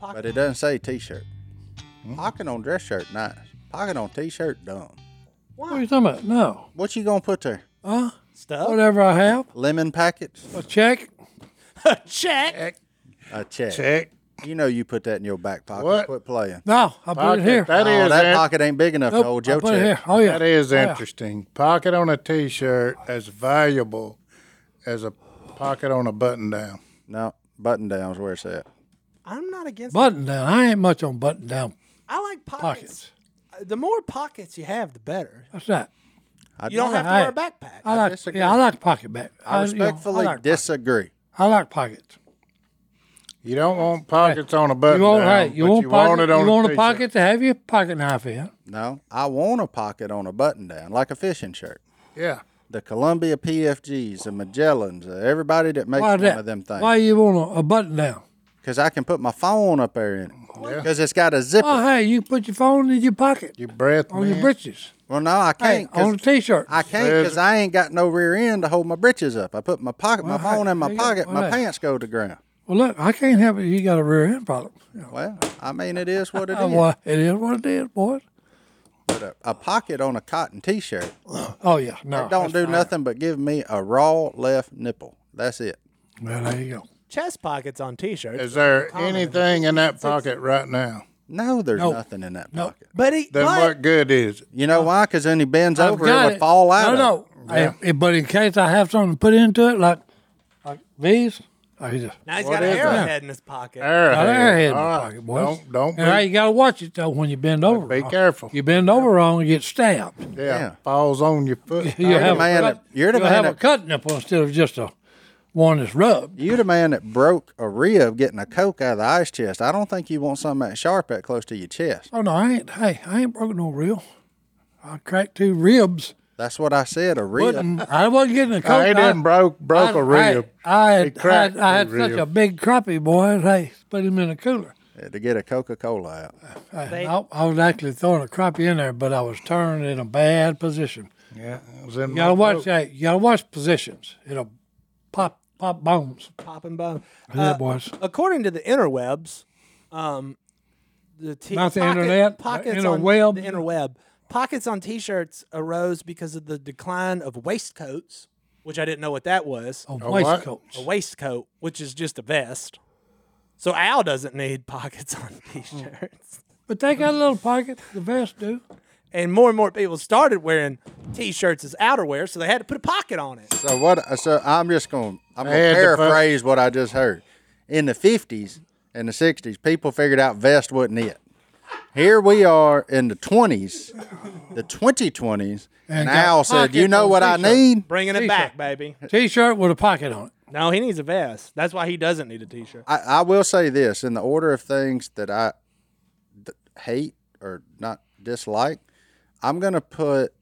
But it doesn't say t-shirt. Hmm? Pocket on dress shirt, nice. Pocket on t-shirt, dumb. What are you talking about? No. What you gonna put there? Huh? Stuff. Whatever I have, Lemon packets? a check. Check. A check. Check. You know you put that in your back pocket. What? Quit playing. No, I put Pocket. it here. That Oh, is that in- pocket ain't big enough Nope, to hold I your put it here. check. Oh yeah. That is Yeah. interesting. Pocket on a T-shirt as valuable as a pocket on a button-down. No, button downs. Where's that? I'm not against. Button down. I ain't much on button down I like pockets. pockets. The more pockets you have, the better. That's that. I, You don't have to I- wear a backpack. I like. disagree. Yeah, I like pocket back. I you know, respectfully I like, disagree. I like pockets. You don't want pockets on a button-down. You want hey, you but want, you pocket, want it on you want a t-shirt. pocket to have your pocket knife in. No, I want a pocket on a button down, like a fishing shirt. Yeah. The Columbia PFGs, the Magellans, uh, everybody that makes Why one that? of them things. Why you want a, a button down? Because I can put my phone up there in it. Because it's got a zipper. Oh hey, you put your phone in your pocket Your breath, on man. Oh, your britches. Well, no, I Hey, can't. 'cause on a t-shirt. I can't There's- because I ain't got no rear end to hold my britches up. I put my pocket, my Well, hey, phone in my there you go. pocket, my Well, hey. pants go to ground. well, look, I can't help it. You got a rear end problem. Well, I mean, it is what it Oh, is. well, it is what it is, boys. But a, a pocket on a cotton T-shirt Oh yeah, no. it don't do nothing but give me a raw left nipple. That's it. Well, there you go. Chest pockets on t-shirts. Is there Oh, anything in that pocket right now? No, there's Nope. nothing in that Nope. pocket. but he, Then but what good is it? You know why? Because then he bends I've over, got it would fall out. of No, no. Yeah. If- if- but in case I have something to put into it, like like these, oh, I just now he's What got an is that? arrowhead in his pocket. got Arrowhead. an airhead in my All right. pocket, boys. Don't don't be, And now you gotta watch it though when you bend over. be wrong. careful. You bend over wrong, you get stabbed. yeah, Yeah. falls on your foot. You have man a that- cut, you're the you'll man have a that- cut nipple instead of just a one that's rubbed. You the man that broke a rib getting a coke out of the ice chest. I don't think you want something that sharp that close to your chest. Oh no, I ain't. Hey, I ain't broken no reel. I cracked two ribs. That's what I said. A rib. Wasn't- I wasn't getting a coke. I didn't broke broke I- a rib. I, I He had, I cracked had, I had a such rib. a big crappie, boy. Hey, put him in a cooler. Yeah, eh, to get a Coca Cola out. Hey, I, I was actually throwing a crappie in there, but I was turned in a bad position. Yeah, it was in You my gotta watch throat. that. You gotta watch positions. It'll pop pop bones. Popping bone. yeah, Uh, boys. according to the interwebs, um, the t- Not the internet, the pockets interweb. on the interweb, pockets on t-shirts arose because of the decline of waistcoats, which I didn't know what that was. A what? waistcoats. A waistcoat, which is just a vest. So Al doesn't need pockets on t-shirts, But they got a little pocket. The vest do. and more and more people started wearing t-shirts as outerwear, so they had to put a pocket on it. So what? So I'm just going. I'm going to had to put- paraphrase what I just heard. In the '50s and the '60s, people figured out vest wasn't it. Here we are in the 20s, the 2020s, and, And got Al said, "You pockets know on what I t-shirt." need? Bringing it back, baby. T-shirt with a pocket on it. No, he needs a vest. That's why he doesn't need a t-shirt. I, I will say this in the order of things that I d- hate or not dislike, I'm going to put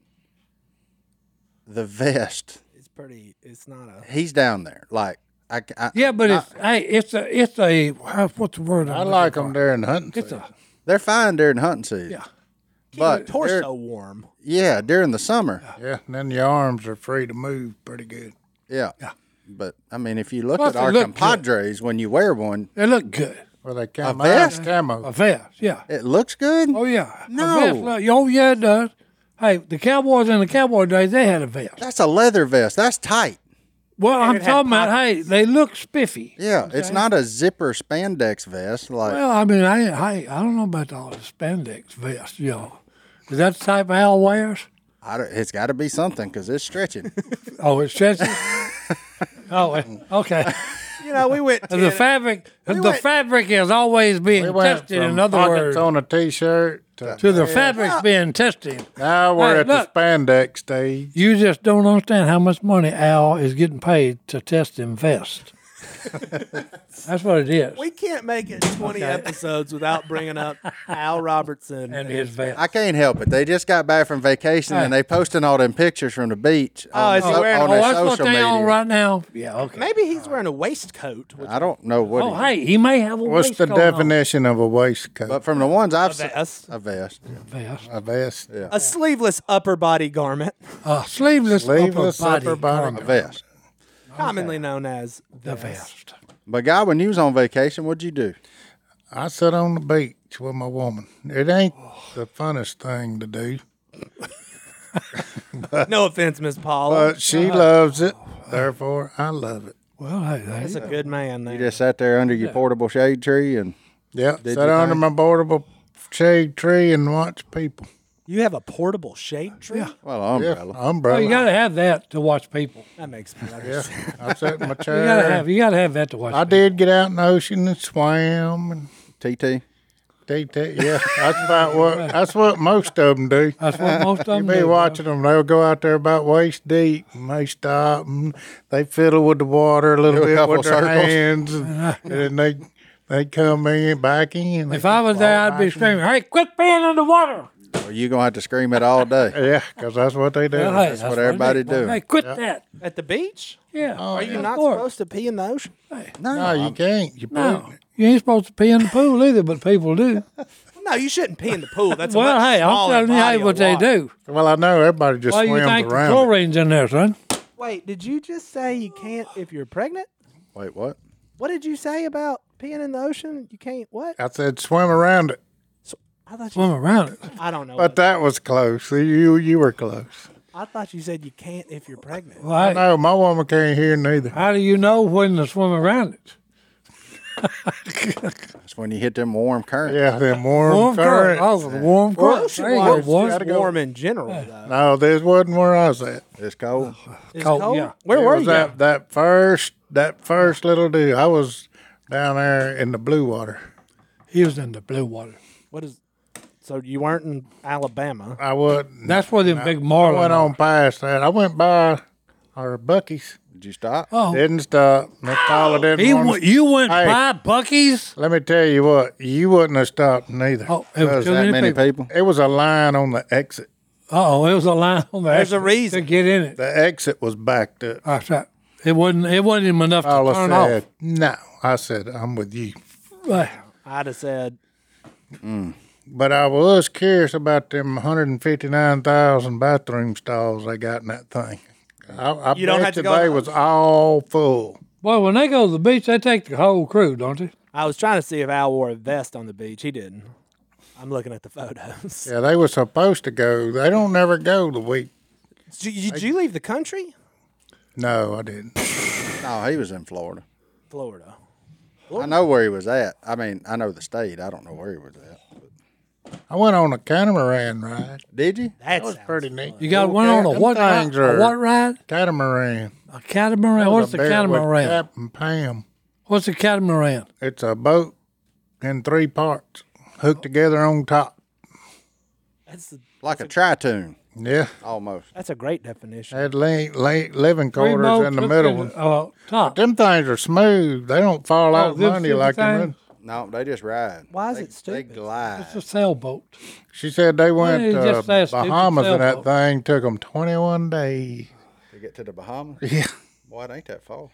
the vest. It's pretty. It's not a. He's down there. Like, I, c- I- Yeah, but I- it's hey, it's a it's a uh, what's the word? I'm I looking like for? them during hunting. It's season. a they're fine during hunting season. Yeah. But torso they're- warm. yeah, during the summer. yeah, and then your arms are free to move pretty good. Yeah. But I mean, if you look Plus at it our looked good. compadres, when you wear one, they look good. Well, they camo. vest? Camo. A vest, yeah. it looks good. Oh yeah. A No. vest, look- oh yeah, it does. Hey, the Cowboys in the Cowboy days, they had a vest. That's a leather vest. That's tight. Well, I'm it had talking about, hey, they look spiffy. Yeah, it's not a zipper spandex vest. Like Well, I mean, I, I, I don't know about all the spandex vests, you know. Is that the type Al wears? I don't- it's got to be something because it's stretching. Oh, it stretches? oh, okay. You know, we went. The fabric, the fabric is always being It went tested. from In other pockets words, on a t-shirt to to the fabric's being tested. now we're Hey, at look. the spandex stage. You just don't understand how much money Al is getting paid to test them vests. That's what it is. We can't make it 20 episodes without bringing up Al Robertson. and his vest. I can't help it. They just got back from vacation and they posting all them pictures from the beach. Oh, is he wearing- on oh, their that's what social they media. on right now. Yeah. Okay. Maybe he's wearing a waistcoat. Which, I don't know what. Oh, he- hey, he may have a What's the waistcoat on. definition of a waistcoat? But from the ones I've a seen, vest. a vest. Vest. a vest. a sleeveless upper body garment, Uh, sleeveless, Sleeveless upper body, upper body garment. A vest. commonly known as The vest. But guy, when you was on vacation, what'd you do? I sit on the beach with my woman. It ain't the funnest thing to do, No offense, Miss Paula. Oh, but she loves it. Therefore, I love it. Well, hey, there That's you a good man there. You just sat there under your portable shade tree and Yeah, sit you under think? my portable shade tree and watch people. You have a portable shade tree? well, Yeah, umbrella. well, you umbrella. got to have that to watch people. That makes me yeah, nervous. I sat in my You got to chair. have. You got to have that to watch. I did get out in the ocean and swam and TT. they ta- Yeah, that's about what. That's what most of them do. That's what most of them Be do. watching them. They'll go out there about waist deep, and they stop and they fiddle with the water a little Do a bit couple with their circles. hands, and, and then they they come in back in. If I was there, I'd be screaming, "Hey, quit being in the water!" Or you gonna have to scream it all day. yeah, because that's what they do. Well, hey, that's what they everybody do. Hey, quit that. At the beach? Yeah. Oh, Are you not supposed to pee in the ocean? No, you can't. You No, put- you ain't supposed to pee in the pool either, but people do. No, you shouldn't pee in the pool. That's a well, much hey, I'm smaller telling you body hey, of what they water. do. Well, I know everybody just Why you swims think the around. it. chlorine's in there, son? Wait, did you just say you can't if you're pregnant? Wait, what? What did you say about peeing in the ocean? You can't what? I said swim around it, I thought you, Swim around it. I don't know. but what- that was close. You you were close. I thought you said you can't if you're pregnant. Well, hey, No, my woman can't hear neither. how do you know when to swim around it? That's when you hit them warm currents. Yeah, them warm, Warm current. currents. Oh, the warm current. Ocean There you water's go, boy. just warm in general, though. No, this wasn't where I was at. It's cold. It's Cold, cold. yeah. Where It were was you? That, that first that first little deal. I was down there in the blue water. He was in the blue water. What is? So you weren't in Alabama. I wasn't. That's where them big I marlin went are. on past that. I went by our Bucky's. Did you stop? Oh, Didn't stop. Nick Paula didn't. he want w- you went Hey. by Bucky's? Let me tell you what. You wouldn't have stopped neither. Oh, it was 'Cause too that- That many people. people. it was a line on the exit. Oh, it was a line on there. There's a reason. to get in it. The exit was backed up. That's right. It wasn't. It wasn't even enough Paula to turn said, "No." I said, "I'm with you." off. Right. I'd have said But I was curious about them 159,000 bathroom stalls they got in that thing. I, I You don't bet have to you go- they was all full. Boy, when they go to the beach, they take the whole crew, don't they? I was trying to see if Al wore a vest on the beach. He didn't. I'm looking at the photos. Yeah, they were supposed to go. They don't never go the week. Did, you, did you leave the country? No, I didn't. No, he was in Florida. Florida. I know where he was at. I mean, I know the state. I don't know where he was at. I went on a catamaran ride. Did you? That's That was pretty neat. You got Cool one on cat- a them what ride? things are- A what ride? Catamaran. A catamaran. What's a I bet with catamaran? Captain Pam. What's a catamaran? It's a boat in three parts hooked together on top. That's a, Like a tritune, Yeah. almost. that's a great definition. Had la- la- living quarters boats in the hooked middle. one. Uh, top. Them things are smooth. They don't fall Oh, out of them money stupid like them. things? No, they just ride. Why is they, it stupid? They glide. It's a sailboat. She said they went did you to just say a stupid Bahamas and that sailboat? thing took them 21 days. To get to the Bahamas. Yeah. Boy, it ain't that far.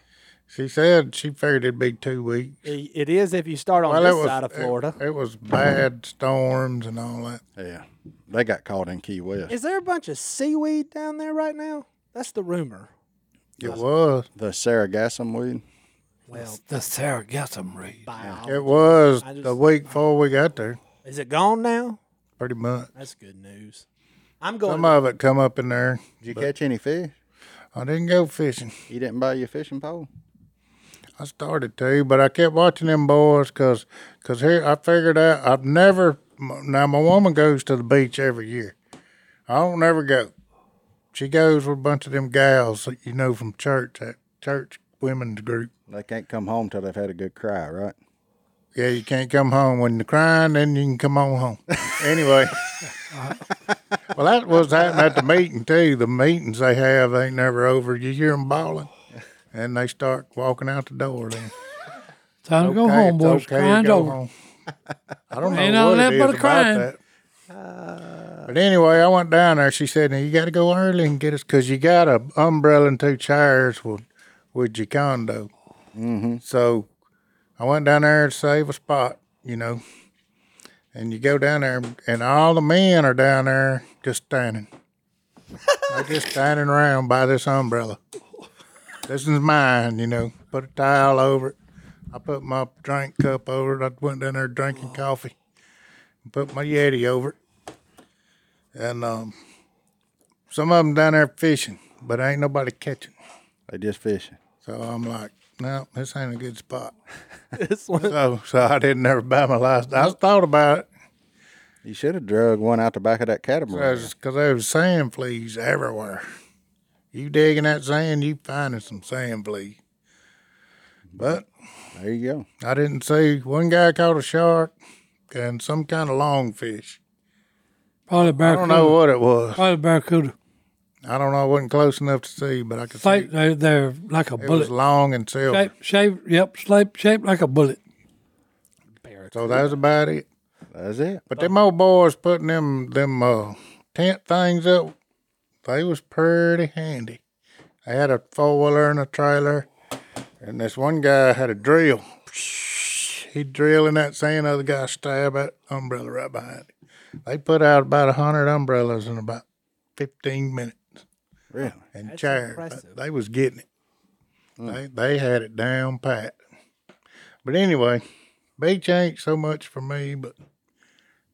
She said she figured it'd be two weeks. I- it is if you start on Well, this it was side of Florida. It, it was bad storms and all that. Yeah. They got caught in Key West. Is there a bunch of seaweed down there right now? That's the rumor. It was. The Sargassum weed. Well, The Sargassum Reef. by It was I just- the week before we got there, is it gone now? pretty much. That's good news. I'm going. Some of it come up in there. Did you catch any fish? I didn't go fishing. You didn't buy your fishing pole? I started to, but I kept watching them boys because cause here I figured out I've never. m- Now my woman goes to the beach every year. I don't ever go. She goes with a bunch of them gals that you know from church, that church women's group. They can't come home till they've had a good cry, right? Yeah, you can't come home when you're crying, then you can come on home. anyway. well, that was happening at the meeting, too. The meetings they have ain't never over. You hear them bawling, and they start walking out the door then. Time to go Okay, home, it's boys. okay to Crying's go over. home. I don't know Ain't nothing what it left is but a about crying. that. Uh, But anyway, I went down there. She said, "Now you got to go early and get us because you got a umbrella and two chairs with with your condo." Mm-hmm. So I went down there to save a spot, you know. And you go down there, and all the men are down there just standing. They're just standing around by this umbrella. This is mine, you know. Put a towel over it. I put my drink cup over it. I went down there drinking coffee. Put my Yeti over it. And um, some of them down there fishing, but ain't nobody catching. They just fishing. So I'm like, no, this ain't a good spot. This one. So, so I didn't ever buy my license. I thought about it You should have drug one out the back of that catamaran. because there was sand fleas everywhere. You digging that sand, you finding some sand fleas. But There you go. I didn't see one guy caught a shark and some kind of long fish. Probably I barracuda. don't know what it was. Probably barracuda. I don't know. I wasn't close enough to see, but I could see Think it, they're, they're like a it was bullet. long and silver. Shape, shape, yep, shape, shaped like a bullet. So that was about it. That's it. But them old boys putting them them uh, tent things up, they was pretty handy. They had a four wheeler and a trailer, and this one guy had a drill. He'd drill in that sand, other guy stab that umbrella right behind it. They put out about a hundred umbrellas in about fifteen minutes Really? and chairs. But impressive. They was getting it. They they had it down pat. But anyway, beach ain't so much for me, but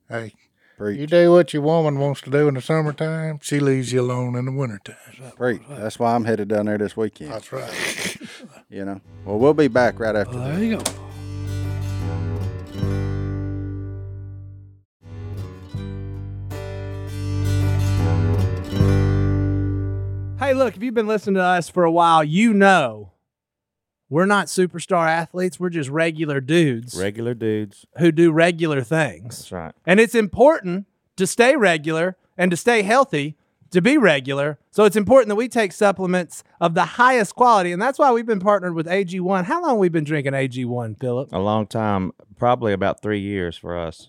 hey, Preach. you do what your woman wants to do in the summertime, she leaves you alone in the wintertime. So, Preach. That's why I'm headed down there this weekend. that's right. You know. Well, we'll be back right after. There you go. Hey, look, if you've been listening to us for a while, you know we're not superstar athletes. We're just regular dudes Regular dudes. who do regular things. That's right. And it's important to stay regular and to stay healthy to be regular. So it's important that we take supplements of the highest quality. And that's why we've been partnered with AG1. How long have we been drinking AG1, Philip? A long time, probably about three years for us.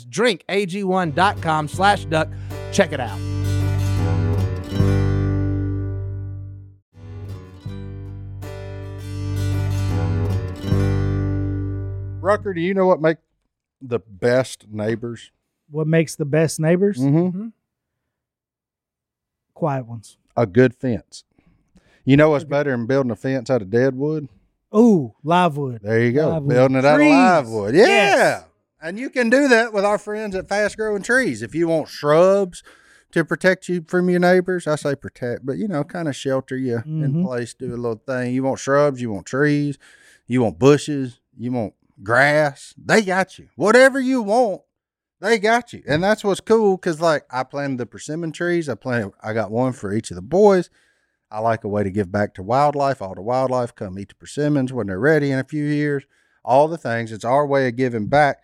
drinkag1.com slash duck. Check it out. Rucker, do you know what make the best neighbors? What makes the best neighbors? Mm-hmm. Quiet ones. A good fence. You know what's better than building a fence out of dead wood? Ooh, live wood. There you go. Live wood. building it out Trees. of live wood. Yeah. Yes. And you can do that with our friends at Fast Growing Trees. If you want shrubs to protect you from your neighbors, I say protect, but you know, kind of shelter you in Mhm. place, do a little thing. You want shrubs, you want trees, you want bushes, you want grass. They got you. Whatever you want, they got you. And that's what's cool because, like, I planted the persimmon trees. I planted, I got one for each of the boys. I like a way to give back to wildlife. All the wildlife come eat the persimmons when they're ready in a few years. All the things. It's our way of giving back,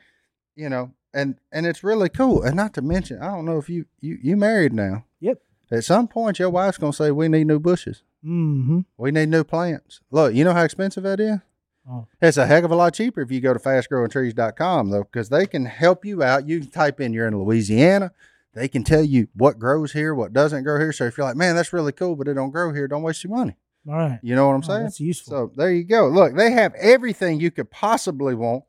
you know. And and it's really cool. And not to mention, I don't know if you you you married now. Yep. At some point, your wife's gonna say, "We need new bushes. Mm-hmm. We need new plants." Look, you know how expensive that is. Oh. It's a heck of a lot cheaper if you go to fastgrowingtrees.com though, because they can help you out. You can type in you're in Louisiana. They can tell you what grows here, what doesn't grow here. So if you're like, man, that's really cool, but it don't grow here, don't waste your money. All right. You know what I'm Oh, saying? that's useful. So there you go. Look, they have everything you could possibly want,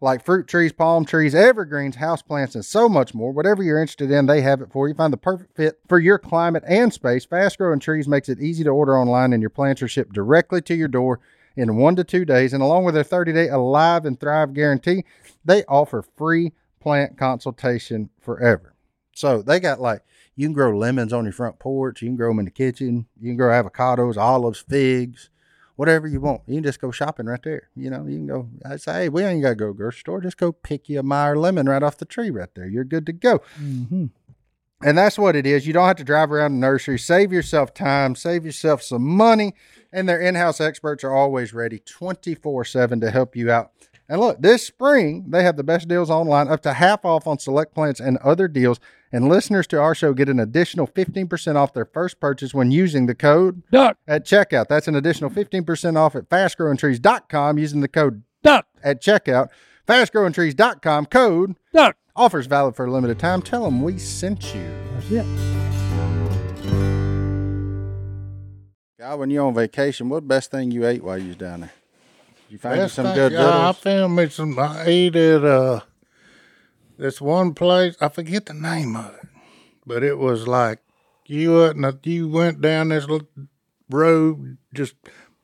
like fruit trees, palm trees, evergreens, houseplants, and so much more. Whatever you're interested in, they have it for you. Find the perfect fit for your climate and space. Fast growing trees makes it easy to order online, and your plants are shipped directly to your door in one to two days. And along with their 30 day Alive and Thrive guarantee, they offer free plant consultation forever. So they got like you can grow lemons on your front porch, you can grow them in the kitchen, you can grow avocados, olives, figs, whatever you want. You can just go shopping right there. You know, you can go. I say, hey, we ain't gotta go to the grocery store. Just go pick you a Meyer lemon right off the tree right there. You're good to go. Mm-hmm. And that's what it is. You don't have to drive around the nursery. Save yourself time, save yourself some money. And their in house experts are always ready 24 7 to help you out. And look, this spring, they have the best deals online, up to half off on select plants and other deals. And listeners to our show get an additional 15% off their first purchase when using the code Duck, at checkout. That's an additional 15% off at fastgrowingtrees.com using the code duck, at checkout. Fastgrowingtrees.com code duck. offers valid for a limited time. Tell them we sent you. That's it. God, when you're on vacation, what best thing you ate while you was down there? You find you Best some thing- good yeah, I noodles. found me some. I ate at uh, this one place. I forget the name of it, but it was like you went you went down this l- road, just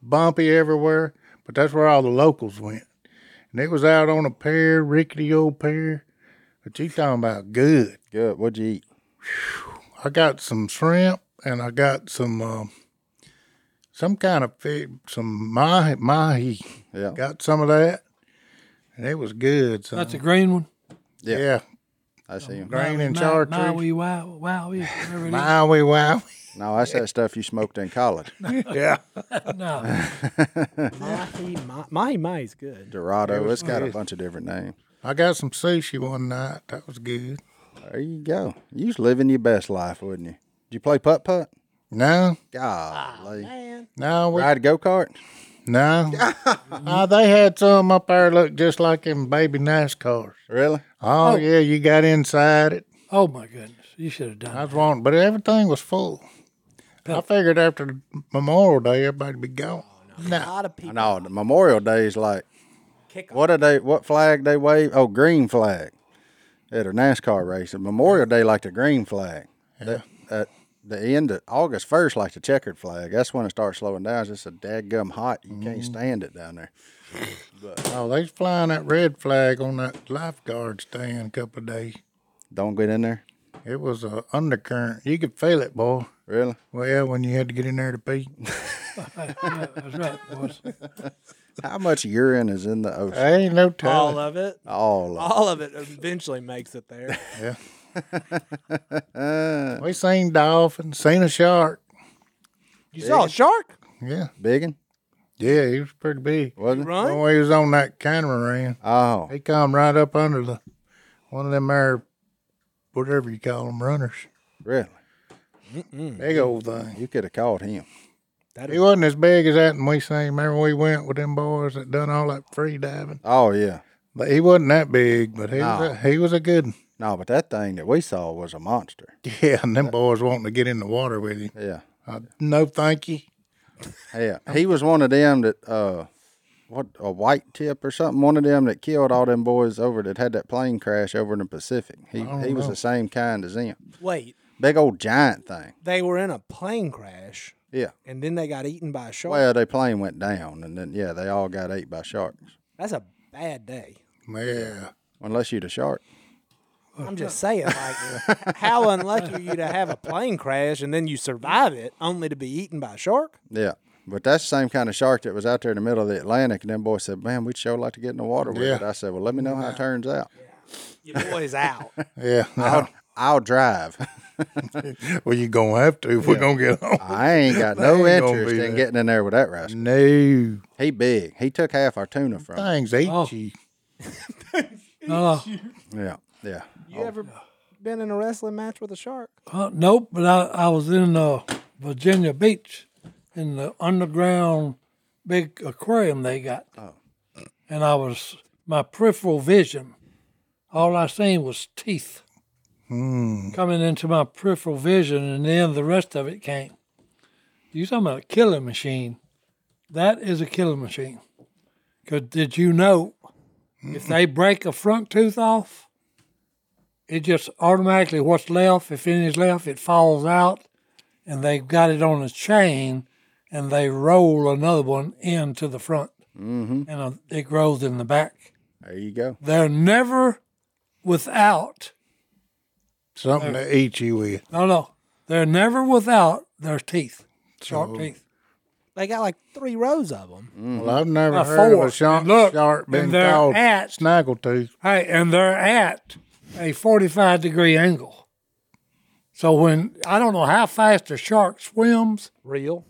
bumpy everywhere. But that's where all the locals went, and it was out on a pier, rickety old pier. But you talking about good? Good. What'd you eat? I got some shrimp and I got some um some kind of fish, some mahi mahi. Yeah. Got some of that, and it was good. So, That's a green one. yeah. I see 'em. grain and Maui- chartreuse. Maui, wow, wow, whatever it is. Maui, wow. No, that's that stuff you smoked in college. yeah, No, Mahi Mahi- Mahi Mahi is good. Dorado. it's got a bunch of different names. I got some sushi one night. That was good. There you go. You was living your best life, wouldn't you? Did you play putt putt? No, Golly. no, we, Ride go kart? no. Uh, they had some up there look just like them baby NASCARs. Really? Oh, yeah, you got inside it. oh my goodness, you should have I done. was wanting, but everything was full. I figured after Memorial Day, everybody'd be gone. A lot of people. No, the Memorial Day is like what are they what flag they wave? Oh, green flag. At a NASCAR race. And Memorial Day like the green flag. That- at the end of August first, like the checkered flag. That's when it starts slowing down. It's just a dadgum hot. You can't stand it down there. Oh, they was flying that red flag on that lifeguard stand a couple of days. Don't get in there. It was a undercurrent. You could feel it, boy. Really? Well, when you had to get in there to pee. Yeah, that's right, boys. How much urine is in the ocean? There ain't no telling. All of it. All of All of it eventually makes it there. Yeah. uh, We seen dolphins, seen a shark. You saw a shark? Yeah. biggin, Yeah, he was pretty big. wasn't it? Run? When we was on that catamaran, Oh, he come right up under the one of them there, whatever you call them, runners. really? Big old thing. You could have called him. Hmm. That He is, wasn't as big as that, and we seen. Remember we went with them boys that done all that free diving. Oh yeah. But he wasn't that big, but he was No. a, he was a good. One. No, but that thing that we saw was a monster. Yeah, and them boys wanting to get in the water with him. Yeah. I, no, thank you. Yeah, he was one of them that uh, what a white tip or something. One of them that killed all them boys over that had that plane crash over in the Pacific. He he don't was know. the same kind as them. wait, Big old giant thing. they were in a plane crash Yeah. and then they got eaten by a shark. Well, their plane went down, and then yeah, they all got ate by sharks. That's a bad day. Yeah. Unless you're the shark. I'm just saying, like, how unlucky are you to have a plane crash and then you survive it only to be eaten by a shark? Yeah. But that's the same kind of shark that was out there in the middle of the Atlantic. And them boys said, Man, we'd sure like to get in the water with Yeah. it. I said, Well, let me know how it turns out. Your boy's out. Yeah. I'll, I'll drive. well, you're going to have to if we're going to get on. I ain't got no They ain't gonna interest in be there. getting in there with that rascal. No. He big. He took half our tuna from us. Things eat Oh. you. No, Yeah, yeah. You ever been in a wrestling match with a shark? uh, nope. But I, I was in uh, Virginia Beach in the underground big aquarium they got, and I was my peripheral vision. All I seen was teeth coming into my peripheral vision, and then the rest of it came. You talking about a killing machine? That is a killing machine. Cause did you know if they break a front tooth off? it just automatically what's left, if any is left, it falls out, and they've got it on a chain, and they roll another one into the front, mm-hmm. and uh, it grows in the back. There you go. They're never without. Something to eat you with. No, no, they're never without their teeth, sharp teeth. They got like three rows of them. Well, I've never Now, heard four. of a shark, Mm-hmm. And look, shark and being they're called at- snaggletooth. Hey, and they're at a 45 degree angle. So when I don't know how fast a shark swims, Real.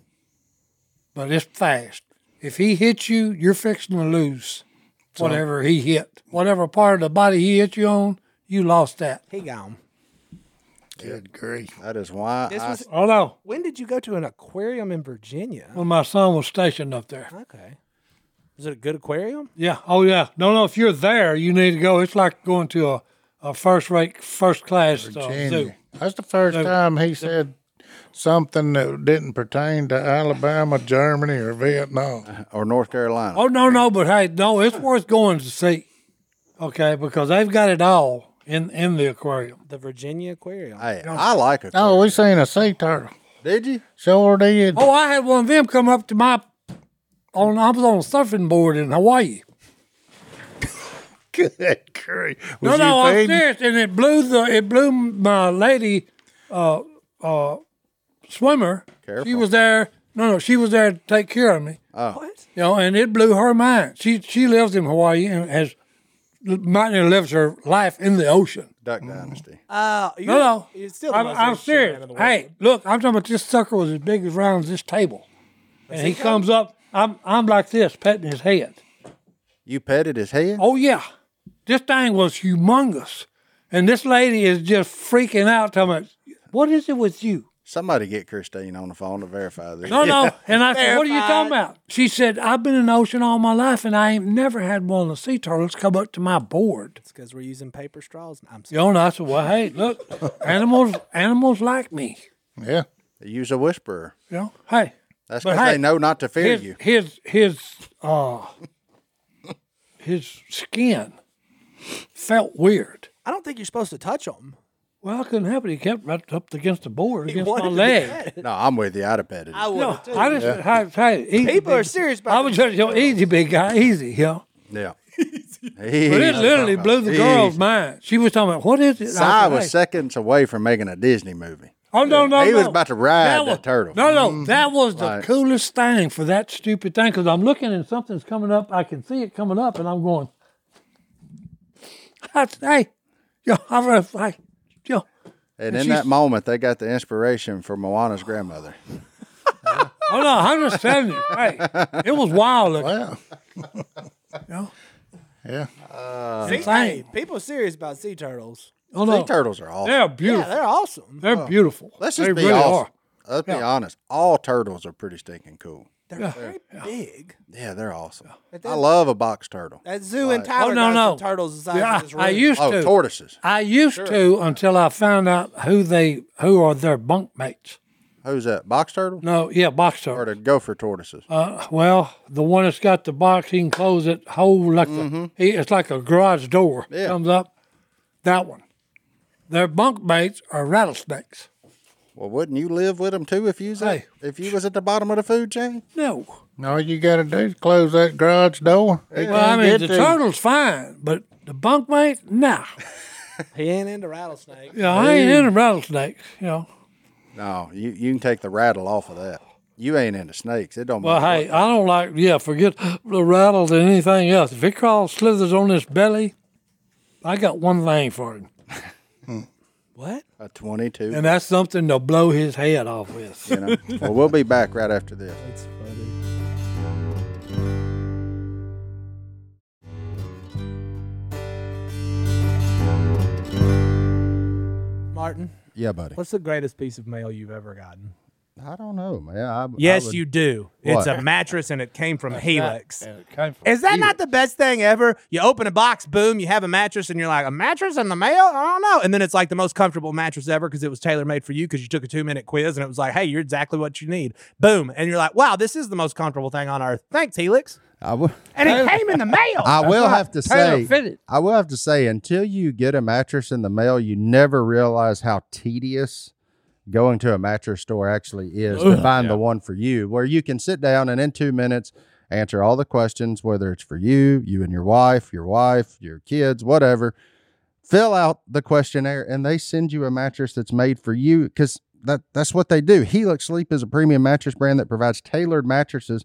but it's fast. If he hits you, you're fixing to lose whatever he hit. Whatever part of the body he hit you on, you lost that. He gone. Good grief. That is why This I, was. Oh no. When did you go to an aquarium in Virginia? When my son was stationed up there. Okay. Is it a good aquarium? Yeah. Oh yeah. No, no. If you're there, you need to go. It's like going to a, a first rate, first class uh, zoo. Virginia. That's the first time he said something that didn't pertain to Alabama, Germany, or Vietnam. or North Carolina. Oh no, no. But hey, no, it's worth going to see. Okay, because they've got it all in in the aquarium. The Virginia Aquarium. hey, I like it. Oh, we seen a sea turtle. Did you? Sure did. Oh, I had one of them come up to my on I was on a surfing board in Hawaii. good grief. No, Was you no, I'm feeding? serious. And it blew the it blew my lady uh uh swimmer. She Careful. was there. No, no, she was there to take care of me. Oh. What? You know, and it blew her mind. She she lives in Hawaii and has might have lives her life in the ocean. Mm. Duck Dynasty. Uh, you- No, no, It's still the I'm, most I'm interesting man serious. in the world. Hey, look, I'm talking about this sucker was as big as round as this table, and he comes up. I'm I'm like this, petting his head. You petted his head? Oh yeah, this thing was humongous, and this lady is just freaking out. Talking about, what is it with you? Somebody get Christine on the phone to verify this. No, no. And I said, what are you talking about? She said, I've been in the ocean all my life, and I ain't never had one of the sea turtles come up to my board. It's because we're using paper straws. I'm You know, and I said, well, hey, look, animals, animals like me. Yeah. Use a whisperer. You know, hey, That's But because hey, they know not to fear his you. his his uh, his skin felt weird. I don't think you're supposed to touch them. Well, I couldn't help it. He kept right up against the board, against my leg. No, I'm with you. I'd have petted him. would. No, I just I, I, easy, People are big- serious about. I was just you know, easy, big guy, easy, you know. Yeah. But it literally blew the girl's mind. She was talking about what is it? Si I said, was "Hey." seconds away from making a Disney movie. Oh no, no, he was no. about to ride was, that turtle. Mm-hmm. No, no, that was the Right. coolest thing for that stupid thing because I'm looking and something's coming up. I can see it coming up, and I'm going, I, "Hey, yo, I was like, yo, And, And in she's- that moment, they got the inspiration for Moana's grandmother. oh no, I understand it. Hey, it was wild looking. Wow. No. Yeah. Uh, Insane. People are serious about sea turtles. Oh no, Sea turtles are awesome. they're Yeah, beautiful. they're awesome. they're beautiful. Let's they just be really awesome. are. Let's be honest. All turtles are pretty stinking cool. They're very big. Yeah, they're awesome. But I then- love a box turtle. That zoo in Oh Tyler no, got no, some turtles the size Yeah, of this room. I used Oh, to. tortoises. I used to until I found out who they who are their bunk mates. Who's that? Box turtle? No, yeah, box Or turtle. the gopher tortoises? Uh, well, the one that's got the box, he can close it whole like the, he, it's like a garage door Mm-hmm. Yeah. comes up. That one. Their bunk mates are rattlesnakes. well, wouldn't you live with them too if you was Hey. at, if you was at the bottom of the food chain? No, All you got to do is close that garage door. They well, I can't mean get the to you. turtle's fine, but the bunk mate, nah. He ain't into rattlesnakes. Yeah, I ain't into rattlesnakes. You know. No, you you can take the rattle off of that. You ain't into snakes. It don't. Well, matter hey, I don't like. Yeah, forget the rattle than anything else. If it crawls slithers on his belly, I got one thing for him, What? what, a Uh, twenty-two. and that's something to blow his head off with. you know. well, we'll be back right after this. Martin, Yeah, buddy. what's the greatest piece of mail you've ever gotten? I don't know, man. I, Yes, I would- you do. It's What? a mattress and it came from Helix. And it came from Is that not the best thing ever? You open a box, boom, you have a mattress, and you're like, a mattress in the mail? I don't know. And then it's like the most comfortable mattress ever because it was tailor made for you because you took a two minute quiz and it was like, hey, you're exactly what you need. Boom. And you're like, wow, this is the most comfortable thing on earth. Thanks, Helix. I will. And it came in the mail. I will have to say. Tailor-fitted. I will have to say. Until you get a mattress in the mail, you never realize how tedious going to a mattress store actually is to find the one for you, where you can sit down and in two minutes answer all the questions, whether it's for you, you and your wife, your wife, your kids, whatever. Fill out the questionnaire, and they send you a mattress that's made for you because. That, that's what they do. Helix Sleep is a premium mattress brand that provides tailored mattresses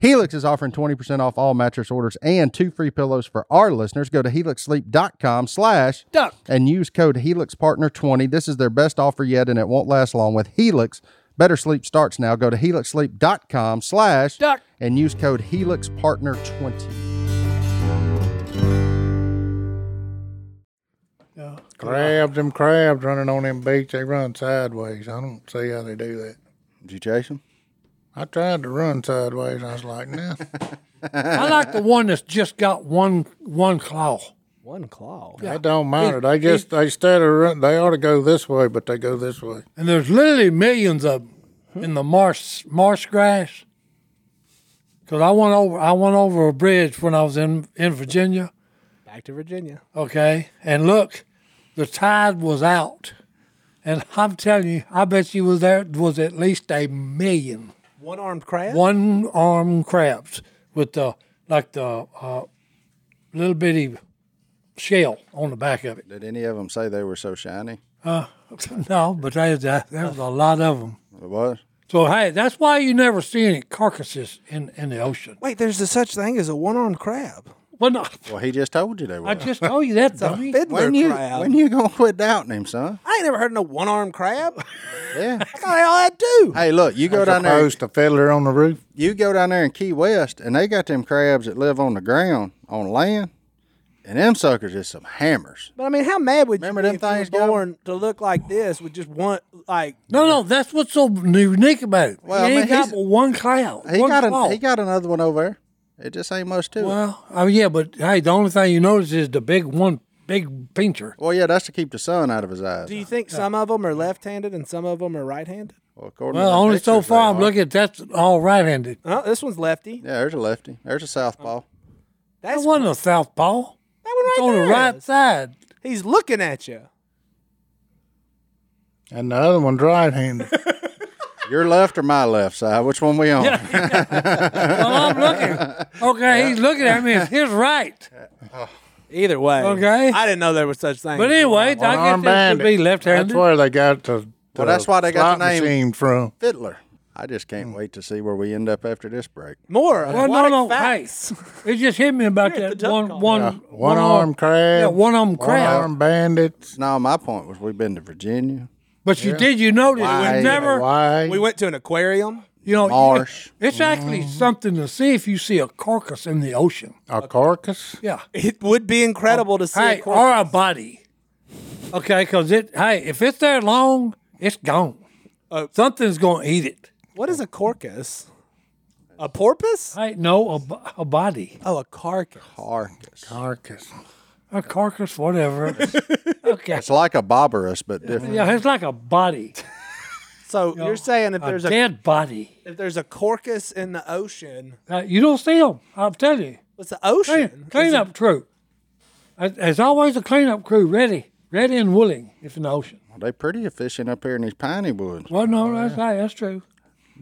Helix is offering 20% off all mattress orders and two free pillows for our listeners. Go to helixsleep.com slash Duck. and use code HelixPartner20. This is their best offer yet, and it won't last long with Helix. Better sleep starts now. Go to helixsleep.com slash Duck. and use code HelixPartner20. yeah. Crabs, them crabs running on them beach, they run sideways. I don't see how they do that. Did you chase them? I tried to run sideways. I was like, nah. I like the one that's just got one one claw. One claw. Yeah. It don't matter. They just they instead of run, they ought to go this way, but they go this way. And there's literally millions of 'em in the marsh marsh grass. Cause I went over I went over a bridge when I was in in Virginia. Back to Virginia. Okay, and look, the tide was out, and I'm telling you, I bet you was there was at least a million One armed crab. one armed crabs with the like the uh, little bitty shell on the back of it. Did any of them say they were so shiny? Uh, no, but there was a, there was a lot of them. It was. So hey, that's why you never see any carcasses in, in the ocean. Wait, there's a such thing as a one armed crab. Well, no, Well, he just told you they were. I just told you that, It's a dummy. fiddler when you crab. when you gonna quit doubting him, son? I ain't never heard of no one armed crab. Yeah. I got all that do. hey, look, you go As down there. opposed to fiddler on the roof. You go down there in Key West, and they got them crabs that live on the ground on land, and them suckers is some hammers. But I mean, how mad would Remember you them be if you things, were Gavin? born to look like this with just one like No, no, that's what's so unique about it. Well, Well, I he mean, ain't got he's- but one cloud. He one got claw. an, he got another one over there. It just ain't much to it. Well, oh yeah, but hey, the only thing you notice is the big one, big pincher. Well, yeah, that's to keep the sun out of his eyes. Do you think some of them are left-handed and some of them are right-handed? well, according Well, to the only so pictures, they far I'm are. looking. at That's all right-handed. Oh, this one's lefty. Yeah, there's a lefty. There's a southpaw. That That's wasn't a southpaw. that one right It's on there. the right side. He's looking at you. And the other one's right handed. Your left or my left side? Which one we on? Well, I'm looking. Okay, he's looking at me. It's his right. Either way. Okay. I didn't know there was such thing. But as anyway, one-armed- I guess that bandit. would be That's left-handed. where they got the, Well, that's why they got the slot name. machine from. Fiddler. I just Hmm. can't wait to see where we end up after this break. more Well, no, aquatic no, facts. hey, it just hit me about You're that at the one, duck one, One armed crab. Yeah, one arm crab. One armed bandits. No, my point was we've been to Virginia, But you did you notice Why? we never, Why? We went to an aquarium. you know, you- Marsh. It's actually something to see if you see a carcass in the ocean. a carcass? Yeah. It would be incredible to see. Hey, a or a corpse. body. Okay, because it, hey, if it's there long, it's gone. Uh, Something's going to eat it. what is a carcass? A porpoise? Hey, no, a, bo- a body. Oh, a carcass. carcass. Carcass. A carcass, whatever. okay. It's like a barbarous, but different. Yeah, it's like a body, So you're saying if a there's a dead body. if there's a carcass in the ocean, Uh, you don't see them. I'll tell you. what's the Clean, ocean? Is it- cleanup crew. As- As always, a cleanup crew ready, ready and willing if in the ocean. They pretty efficient up here in these piney woods. Well, uh, no, that's right. That's true.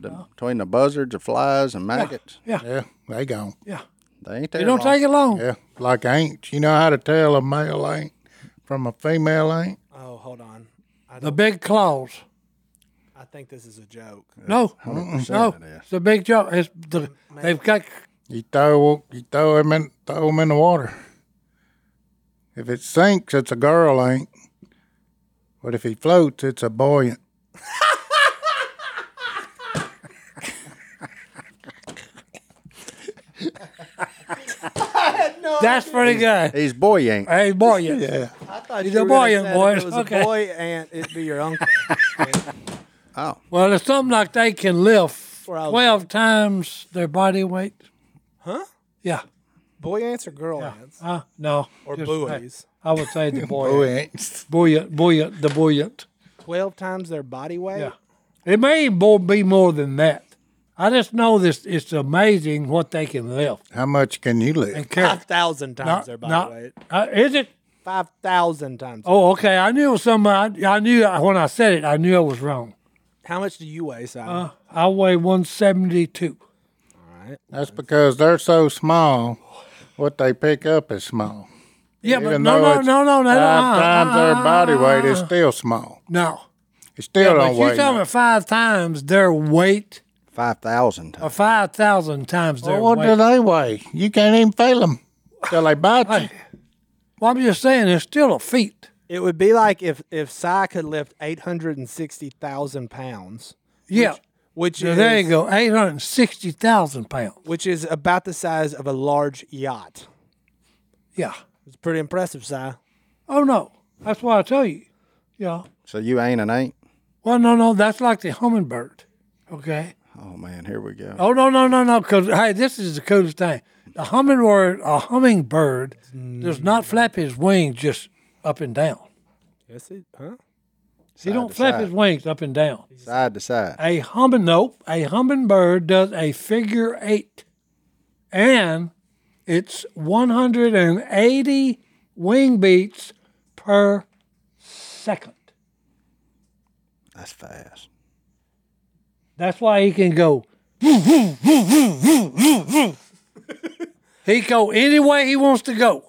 The- between the buzzards, the flies, and maggots, Yeah, they gone. Yeah. they ain't there. It don't long. take it long. Yeah, like ain't. You know how to tell a male ain't from a female ain't? Oh, hold on. I, The don't, big claws. I think this is a joke. No, no, it is. it's a big job. It's the, they've got You throw you throw him in throw him in the water. If it sinks, it's a girl ain't. But if he floats, it's a boy. ain't. that's pretty good. He's boy ain't. Hey, boy, yeah. Yeah. I thought He's you a were gonna boy, young say boy. If it was Okay. a boy, and it'd be your uncle. Well, it's something like they can lift Where I was- twelve times their body weight. Huh? Yeah. boy ants or girl ants Uh, no. or Just- buoys. I would say the Boy buoyant, ain't. buoyant, buoyant, the buoyant. Twelve times their body weight. Yeah. It may bo- be more than that. I just know this. It's amazing what they can lift How much can you and lift? carry. Five thousand times Not- their body not- weight. uh, is it? Five thousand times. Oh, okay. I knew it was something. I, I knew when I said it. I knew I was wrong. How much do you weigh, Simon? Uh, I weigh one seventy two. That's because they're so small. What they pick up is small. Yeah, but Even no, though no, it's no, no, no, no. Five uh, times their body weight is uh, still small. No. It still Yeah, but don't you're weigh. talking about much. five times their weight, Five thousand or times. five thousand times their Well, what do weight. they weigh? You can't even feel them till they bite you. Well, I'm just saying, it's still a feat. It would be like if if Cy could lift eight hundred and sixty thousand pounds, Yeah. which So is there you go, eight hundred sixty thousand pounds. which is about the size of a large yacht. Yeah. It's pretty impressive, Cy. Oh no, that's why I tell you. Yeah. So you ain't an ain't. Well, no, no, that's like the hummingbird. Okay. Oh man, here we go. Oh no no no no! Because hey, this is the coolest thing. A hummingbird, a hummingbird, does not flap his wings just up and down. Yes, it, huh? He don't to flap side. his wings up and down. Side to side. A humming nope. A hummingbird does a figure eight, and it's 180 wing beats per second. That's fast. That's why he can go. "Vroom, vroom, vroom, vroom, vroom, vroom, vroom." he go any way he wants to go.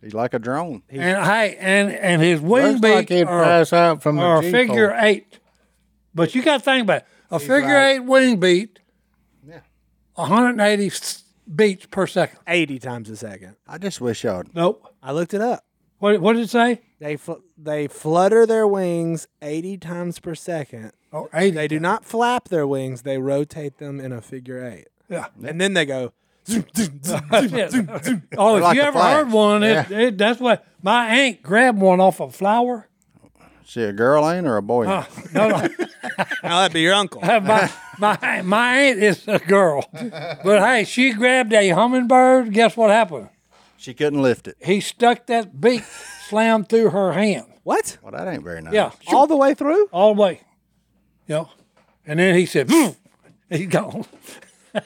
He's like a drone. and hey, and and his wing Looks like beak he'd are, pass out from the are a G-pole. figure eight. But you got to think about it. a figure eight wing beat, yeah, 180 s- beats per second. 80 times a second. I just wish y'all. Nope. I looked it up. What what did it say? They fl- they flutter their wings 80 times per second. Oh, They do not flap their wings. They rotate them in a figure eight. Yeah. And then they go. zoom, zoom, zoom, zoom, zoom, zoom. Oh, if Like you the ever flash. heard one, it, Yeah. it, that's what my aunt grabbed one off a flower. She a girl ain't or a boy? ain't? No, no. Now that'd be your uncle. my, my, my aunt is a girl. But hey, she grabbed a hummingbird. Guess what happened? She couldn't lift it. He stuck that beak, slammed through her hand. What? Well, that ain't very nice. Yeah. All the way through? All the way. You know? And then he said, "Vroom." he's gone.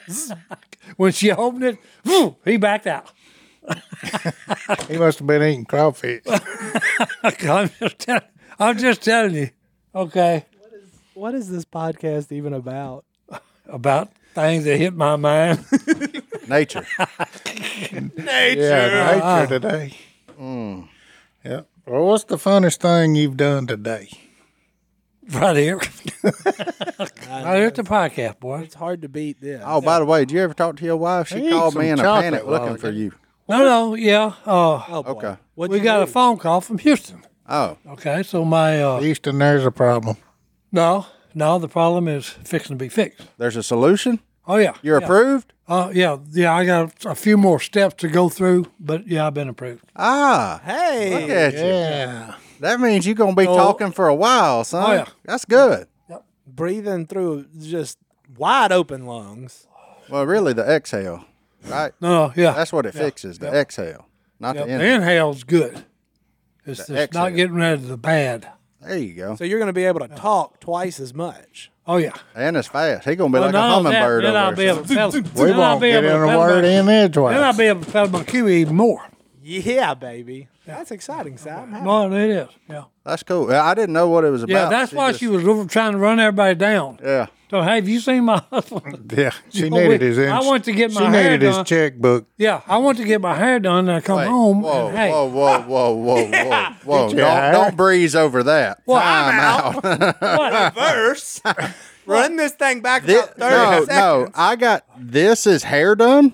when she opened it, "Vroom," he backed out. He must have been eating crawfish. I'm just, tell- I'm just telling you. Okay. What is this podcast even about? About things that hit my mind. Nature. Nature. Yeah, nature Ah. today. Hmm. Yeah. Well, what's the funniest thing you've done today? right here. right here at the podcast, boy. It's hard to beat this. Oh, by the way, did you ever talk to your wife? She Eat called some me in a chocolate panic while looking ago. for you. No, no, yeah. Uh, Oh, boy. Okay. What'd we you got a do? phone call from Houston. Oh, Okay, so my uh, Houston, there's a problem. no, no, the problem is fixing to be fixed. there's a solution. Oh yeah, You're yeah. approved. Uh, yeah, yeah. I got a few more steps to go through, but yeah, I've been approved. Ah, Hey. look at Yeah. you. That means you're gonna be talking for a while, son. Oh, yeah. That's good. breathing through just wide open lungs. Well, really, the exhale, right? No, no, yeah. That's what it fixes. The exhale, not yeah. the The inhale. inhale's good. It's The just not exhale. getting rid of the bad. There you go. So you're going to be able to talk twice as much. Oh yeah. And it's fast. He's gonna be like a Well, no, that- hummingbird then I'll over be there. able to pedal- We then I'll won't be able get to in a pedal word my- in Then I'll edgewise. be able to pedal my cue even more. Yeah, baby. That's exciting, Si. I'm happy. Well, it is. Yeah. That's cool. I didn't know what it was about. Yeah, that's why just- she was over- trying to run everybody down. Yeah. So, hey, have you seen my husband? Yeah, she Well, needed we- his. I ins- went to get She my hair needed his done. checkbook. Yeah, I want to get my hair done and I come Wait, home. Whoa, and, hey, whoa, whoa, whoa, whoa, whoa, whoa! Did you hire? Don't, don't breeze over that. Well, Time I'm out. what? Verse. Run this thing back Thi- about 30 no, seconds. no, I got this is hair done.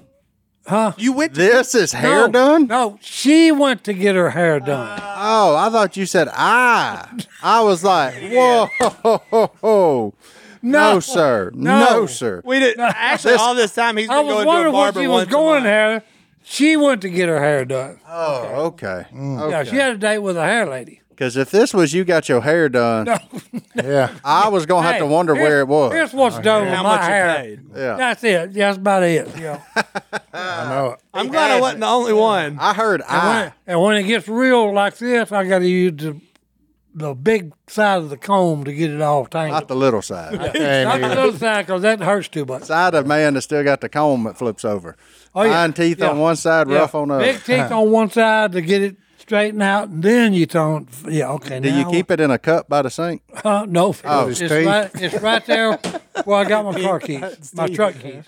Huh? You went. This is hair no, done. No, she went to get her hair done. Oh, I thought you said I. I was like, whoa, ho, ho, ho. No, sir, no, No. sir. We did actually This- all this time he's been I was going to a wondering what barber she was once a going month. there. She went to get her hair done. Oh, okay. Yeah, she had a date with a hair lady. Because if this was you got your hair done, Yeah. I was gonna have Hey, to wonder here's- where it was. Here's what's done with How my much hair. you paid? Yeah. That's it. Yeah, that's about it. Yeah. I know. I'm glad I wasn't the only one. I heard I. And when it gets real like this, I got to use the the big side of the comb to get it all Not tangled. the little side. Not Came the here. little side because that hurts too much. Side of man that still got the comb that flips over. Oh, yeah. Fine teeth on Yeah. one side, rough on the other. Big teeth on one side to get it straightened out, and then you tone. Yeah, okay. Do you keep it in a cup by the sink? Uh, no, his it's, teeth. right, it's right there where I got my car keys, my truck keys.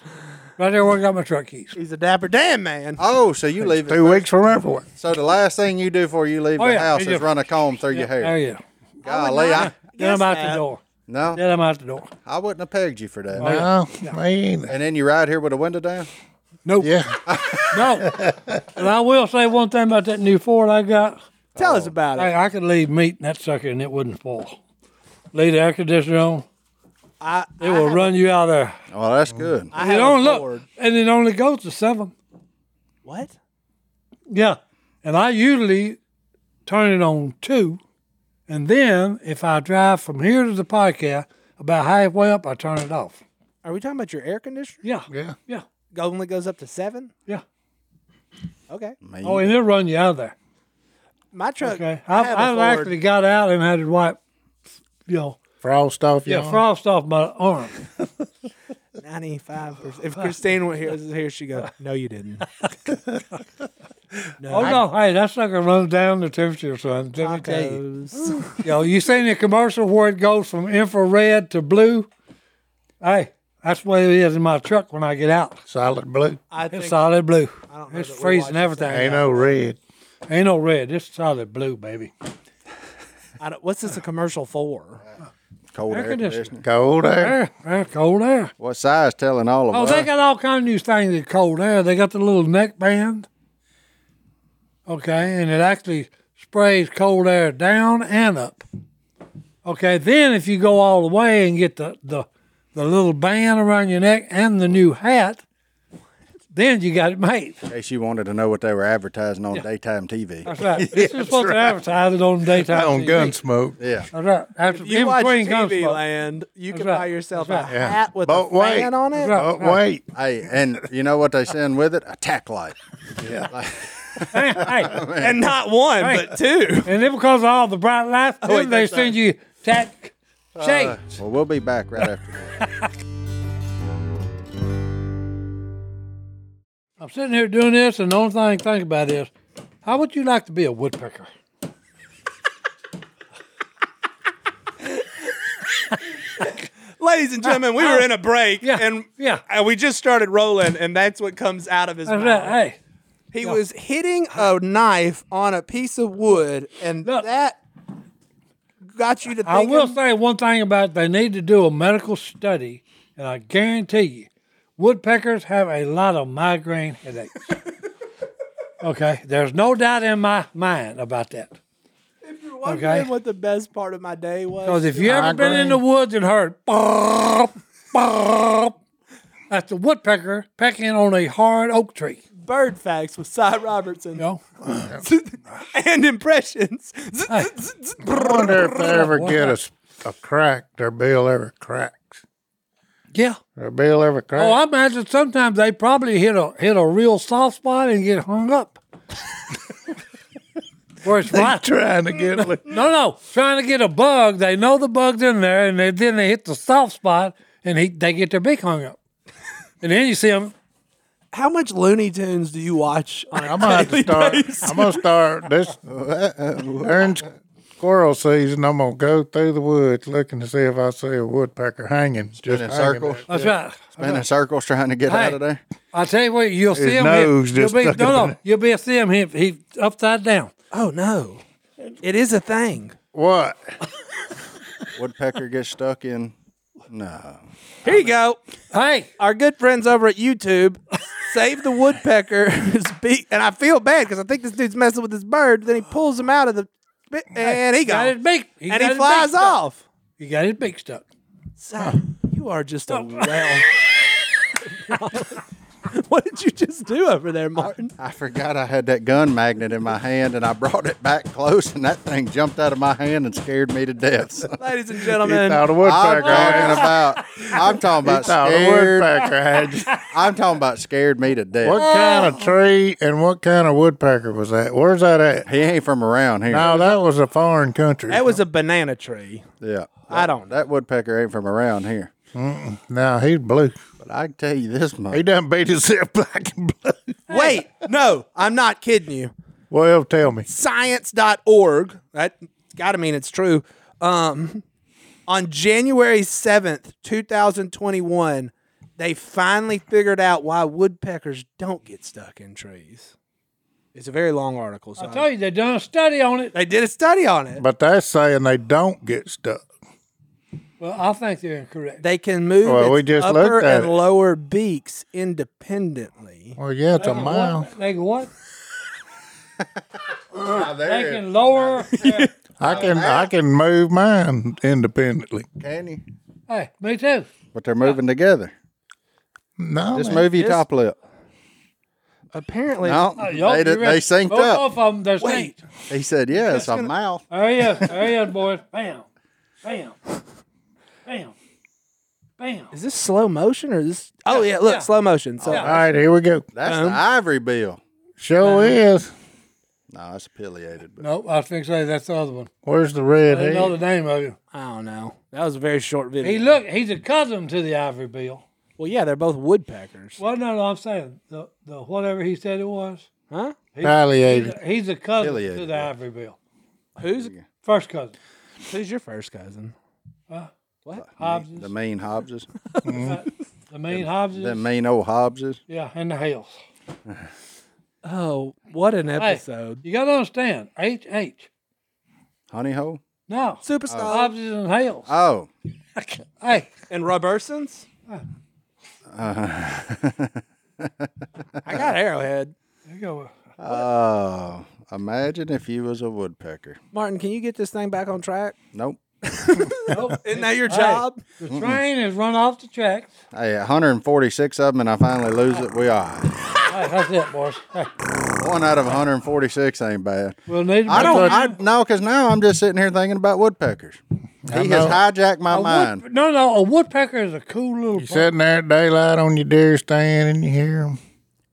Right there where I got my truck keys. He's a dapper damn Uh, man. Oh, so you leave it. Two weeks from everyone. So the last thing you do before you leave Oh, the yeah, house it is just- run a comb through your hair. There you go. Golly, I, Then I'm Yes, out Dad. the door. no, Then I'm out the door. I wouldn't have pegged you for that. Oh, No, me either. And then you ride here with a window down. Nope. Yeah. No. and I will say one thing about that new Ford I got. Tell us about it. Hey, I could leave meat in that sucker and it wouldn't spoil. Leave the air conditioner on, I, it will run you out of there. Oh, that's Mm. good. I it have only a look, Ford. and it only goes to seven. What? Yeah, and I usually turn it on two, and then if I drive from here to the podcast about halfway up, I turn it off. Are we talking about your air conditioner? Yeah. Yeah. Yeah. Only goes up to seven? Yeah. Okay. Oh, and they'll run you out of there. My truck. Okay. I I've, have a I've Ford. actually got out and had to wipe, you know, Frost off your yeah, arm. frost off my arm. 95 percent. If Christine were here, was here she go. No, you didn't. oh, no. Hey, that's not going to run down the temperature, son. Let me tell you. Tacos. Yo, you seen the commercial where it goes from infrared to blue? Hey, that's what it is in my truck when I get out. Solid blue. I It's think solid blue. I don't know It's that we're freezing watching everything. Ain't out. no red. Ain't no red. It's solid blue, baby. I don't, what's this a commercial for? Cold Air air conditioner. conditioning. Cold air. Air, air, cold air. What size telling all of Oh, us? they got all kind of new things in cold air. They got the little neck band. Okay, and it actually sprays cold air down and up. Okay, then if you go all the way and get the the, the little band around your neck and the new hat, then you got it made. In case you wanted to know what they were advertising on daytime TV. That's right. This is supposed to advertise it on daytime. On TV. Gunsmoke. Yeah. That's right. After, If you in watch between TV Gunsmoke. land, you That's can right. buy yourself That's right. a Yeah. hat with But a wait. fan on it. That's right. But Uh, wait. Hey, and you know what they send with it? A tack light. Hey, hey, And not one, Right. but two. and then because of all the bright lights, then Oh, wait, they that's Uh, send you tack shades. Well, we'll be back right after that. I'm sitting here doing this, and the only thing I can think about is, how would you like to be a woodpecker? Ladies and gentlemen, we were in a break Yeah, and yeah. and we just started rolling, and that's what comes out of his That's mouth. right. Hey, He was hitting a knife on a piece of wood, and Look. that got you to I think. will say one thing about they need to do a medical study, and I guarantee you, woodpeckers have a lot of migraine headaches. okay, there's no doubt in my mind about that. If you're wondering Okay. what the best part of my day was, Because if you ever been in the woods and heard, "Bop, bop," that's the woodpecker pecking on a hard oak tree. Bird Facts with Cy Robertson You know, and Impressions. I wonder if they ever get a, a crack, their bill ever cracks. yeah. Their bill ever cracks. Oh, I imagine sometimes they probably hit a hit a real soft spot and get hung up. Where it's right. trying to get li- no, no, trying to get a bug. They know the bug's in there, and they, then they hit the soft spot, and he, they get their beak hung up. And then you see them. How much Looney Tunes do you watch on I'm gonna have to start. I'm gonna start this during squirrel season. I'm gonna go through the woods looking to see if I see a woodpecker hanging. Just in hanging circles. there. That's right. Spinning circles trying to get Hey. out of there. I tell you what, you'll see him. nose you'll just be, no, stuck up in no, you'll be see him. He, he upside down. Oh no, it is a thing. What? Woodpecker gets stuck in. No. Here you go. Hey, Our good friends over at YouTube save the woodpecker. Be- and I feel bad because I think this dude's messing with this bird. Then he pulls him out of the bi- and he got goes his beak. and got he his beak flies stuck. off. He got his beak stuck. Cy, you are just a well. what did you just do over there, Martin? I forgot I had that gun magnet in my hand and I brought it back close and that thing jumped out of my hand and scared me to death. So Ladies and He thought gentlemen, a I'm woodpecker talking had. about I'm talking you. He about thought a scared woodpecker had. you. I'm talking about scared me to death. What kind of tree and what kind of woodpecker was that? Where's that at? He ain't from around here. No, that was a foreign country. that was a banana tree. Yeah. I don't. That woodpecker ain't from around here. no, he's blue. But I can tell you this much. He done beat himself black and blue. Wait, no, I'm not kidding you. Well, tell me. science.org. That got to mean it's true. Um, on January 7th, 2021, they finally figured out why woodpeckers don't get stuck in trees. It's a very long article. So I tell you, they done a study on it. they did a study on it. But they're saying they don't get stuck. Well, I think they're incorrect. They can move Well, its we just upper looked at and it. lower beaks independently. Well, yeah, it's a mile. What? They can what? They can lower. their- I can I can move mine independently. Can he? hey, me too. But they're moving together. No, Just man. move your top lip. Apparently, No, Yup, they, you did, oh, ready? they synced Both up. Both of them, they're synced. He said, "Yeah, it's a mouth." There he is. There he is, boys. Bam, bam, bam. Bam. Is this slow motion or is this? Oh yeah, look, yeah. slow motion. So Yeah. All right, here we go. That's Um, the ivory bill. Show is. No, that's affiliated. But Nope, I was fixing to say that's the other one. Where's the red I didn't know head? the name of it. I don't know. That was a very short video. He look, he's a cousin to the ivory bill. well, yeah, they're both woodpeckers. Well, no, no, I'm saying the, the whatever he said it was. Huh? He, He's Palliated. a, he's a cousin to Affiliated, the yeah. ivory bill. Who's First cousin. who's your first cousin? Hobbses. the mean Hobbses, The main Hobbses. the mean old Hobbses. yeah, and the Hales. Oh, what an Hey, episode! you got to understand, H H. Honey hole. No. Oh, Superstar Hobbses and Hales. Oh, hey, and Robersons. I got Arrowhead. there you go. oh! imagine if you was a woodpecker. Martin, can you get this thing back on track? Nope. Nope. Isn't that your Hey. job? The train has run off the tracks. Hey, 146 of them, and I finally lose it. We are Hey, that's it, boys. Hey, one out of 146 ain't bad. we'll need. I don't. I no, because now I'm just sitting here thinking about woodpeckers. He has hijacked my A mind. wood, no, no. A woodpecker is a cool little. You bird. sitting there at daylight on your deer stand and you hear them.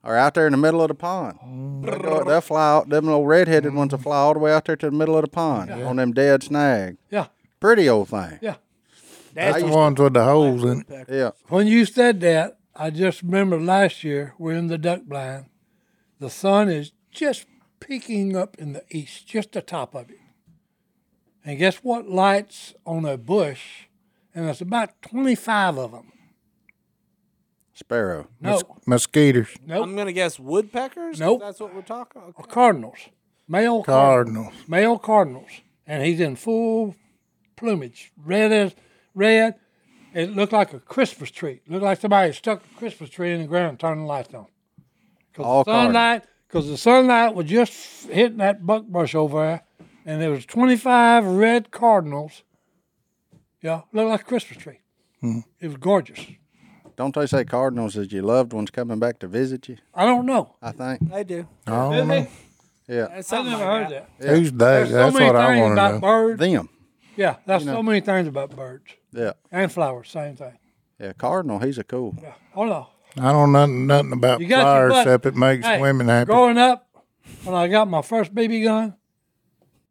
Or out there in the middle of the pond. They go, they'll fly out. Them little red-headed ones will fly all the way out there to the middle of the pond on them dead snag. Yeah, Pretty old thing. yeah. That's the ones with the holes in it. Yeah. When you said that, I just remember last year we're in the duck blind. The sun is just peeking up in the east, just the top of it. And guess what lights on a bush? And there's about 25 of them. Sparrow. No, Mosquitoes. I'm gonna guess woodpeckers. 'cause Nope. that's what we're talking. Okay. cardinals, male cardinals. Cardinals. male cardinals, and he's in full plumage, red as red. It looked like a Christmas tree. Looked like somebody stuck a Christmas tree in the ground and turned the lights on. All Because the cardinals. sunlight, because the sunlight was just f- hitting that buck brush over there, and there was twenty five red cardinals. Yeah, looked like a Christmas tree. Hmm. It was gorgeous. Don't they say cardinals is your loved ones coming back to visit you? I don't know. I think. They do. Did I don't know. they? Yeah. I've never heard that. Who's they? There's so That's many what I things want about to know. birds. Them. Yeah, that's so many things about birds Yeah. and flowers. Same thing. Yeah. Cardinal. He's a cool. Yeah. Hold on. I don't know nothing, nothing about You got your flowers butt. except it makes Hey, women happy. Growing up, when I got my first BB gun,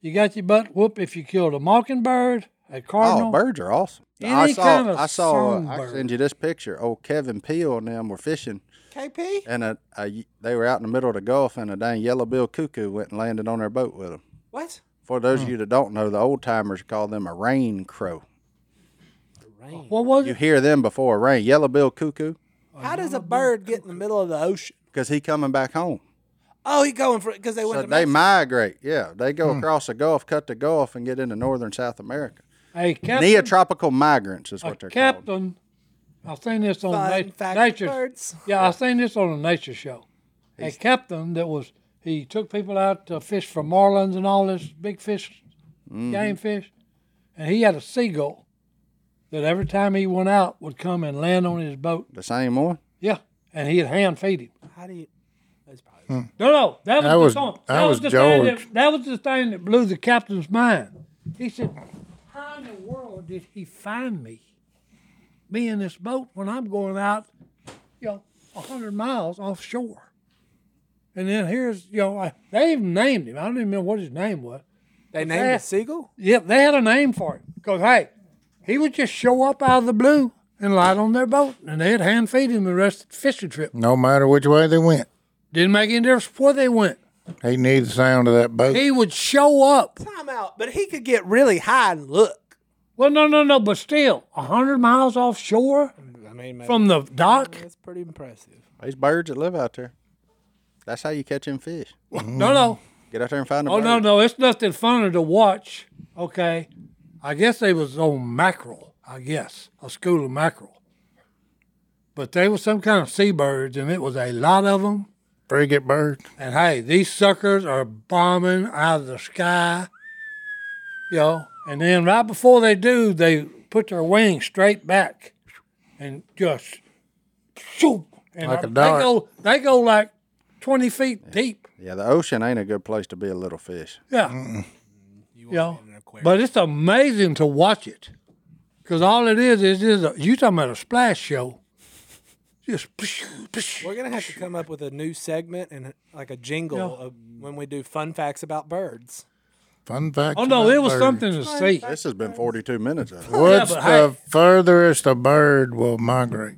you got your butt whoop if you killed a mockingbird, a cardinal. Oh, birds are awesome. Any I saw. kind of I saw. Uh, I songbird. send you this picture. Old Kevin Peel and them were fishing, KP. and a, a, they were out in the middle of the Gulf, and a dang yellow-billed cuckoo went and landed on their boat with them. What? For those of you that don't know, the old timers call them a rain crow. What was You it? hear them before a rain. Yellow bill cuckoo, How does a bird get in the middle of the ocean? because he coming back home. Oh, he going for it because they went So to they Mexico. migrate. Yeah, they go across the Gulf, cut the Gulf, and get into northern South America. A captain. Oh, Neotropical migrants is A what they're called. captain. I've seen this on Fun nat- fact nature. birds. Yeah, I've seen this on a nature show. a captain that was he took people out to fish for marlins and all this big fish, game fish, and he had a seagull that every time he went out would come and land on his boat. The same one. Yeah, and he'd hand feed him. How do you? That's probably No, no, that was Hmm. That the was- song. that was the thing George. That, that was the thing that blew the captain's mind. He said, "How in the world did he find me? Me in this boat when I'm going out, you know, a hundred miles offshore." And then here's, you know, I, they even named him. I don't even remember what his name was. they named that- the seagull. Yep, they had a name for him. Cause hey, he would just show up out of the blue and light on their boat, and they'd hand feed him the rest of the fishing trip. No matter which way they went, Didn't make any difference where they went. he needed the sound of that boat. He would show up. Time out. But he could get really high and look. Well, no, no, no, but still, a 100 miles offshore I mean, maybe- from the dock? that's pretty impressive. These birds that live out there. That's how you catch them fish. No, no. Get out there and find them. Oh, no, no. It's nothing funner to watch. Okay. I guess they was on mackerel, I guess, a school of mackerel. But they were some kind of seabirds, and it was a lot of them. Frigate bird. And hey, these suckers are bombing out of the sky, you know. And then right before they do, they put their wings straight back and just shoot. And Like a they dart. go, they go like 20 feet deep. Yeah, the ocean ain't a good place to be a little fish. Yeah. You know, but it's amazing to watch it. 'Cause Because all it is is is a, you talking about a splash show. Just We're gonna have to come up with a new segment and like a jingle Yeah. of when we do fun facts about birds. Fun fact. Oh, no, about it was birds. something to see. This has been 42 minutes. I think. What's the furthest a bird will migrate?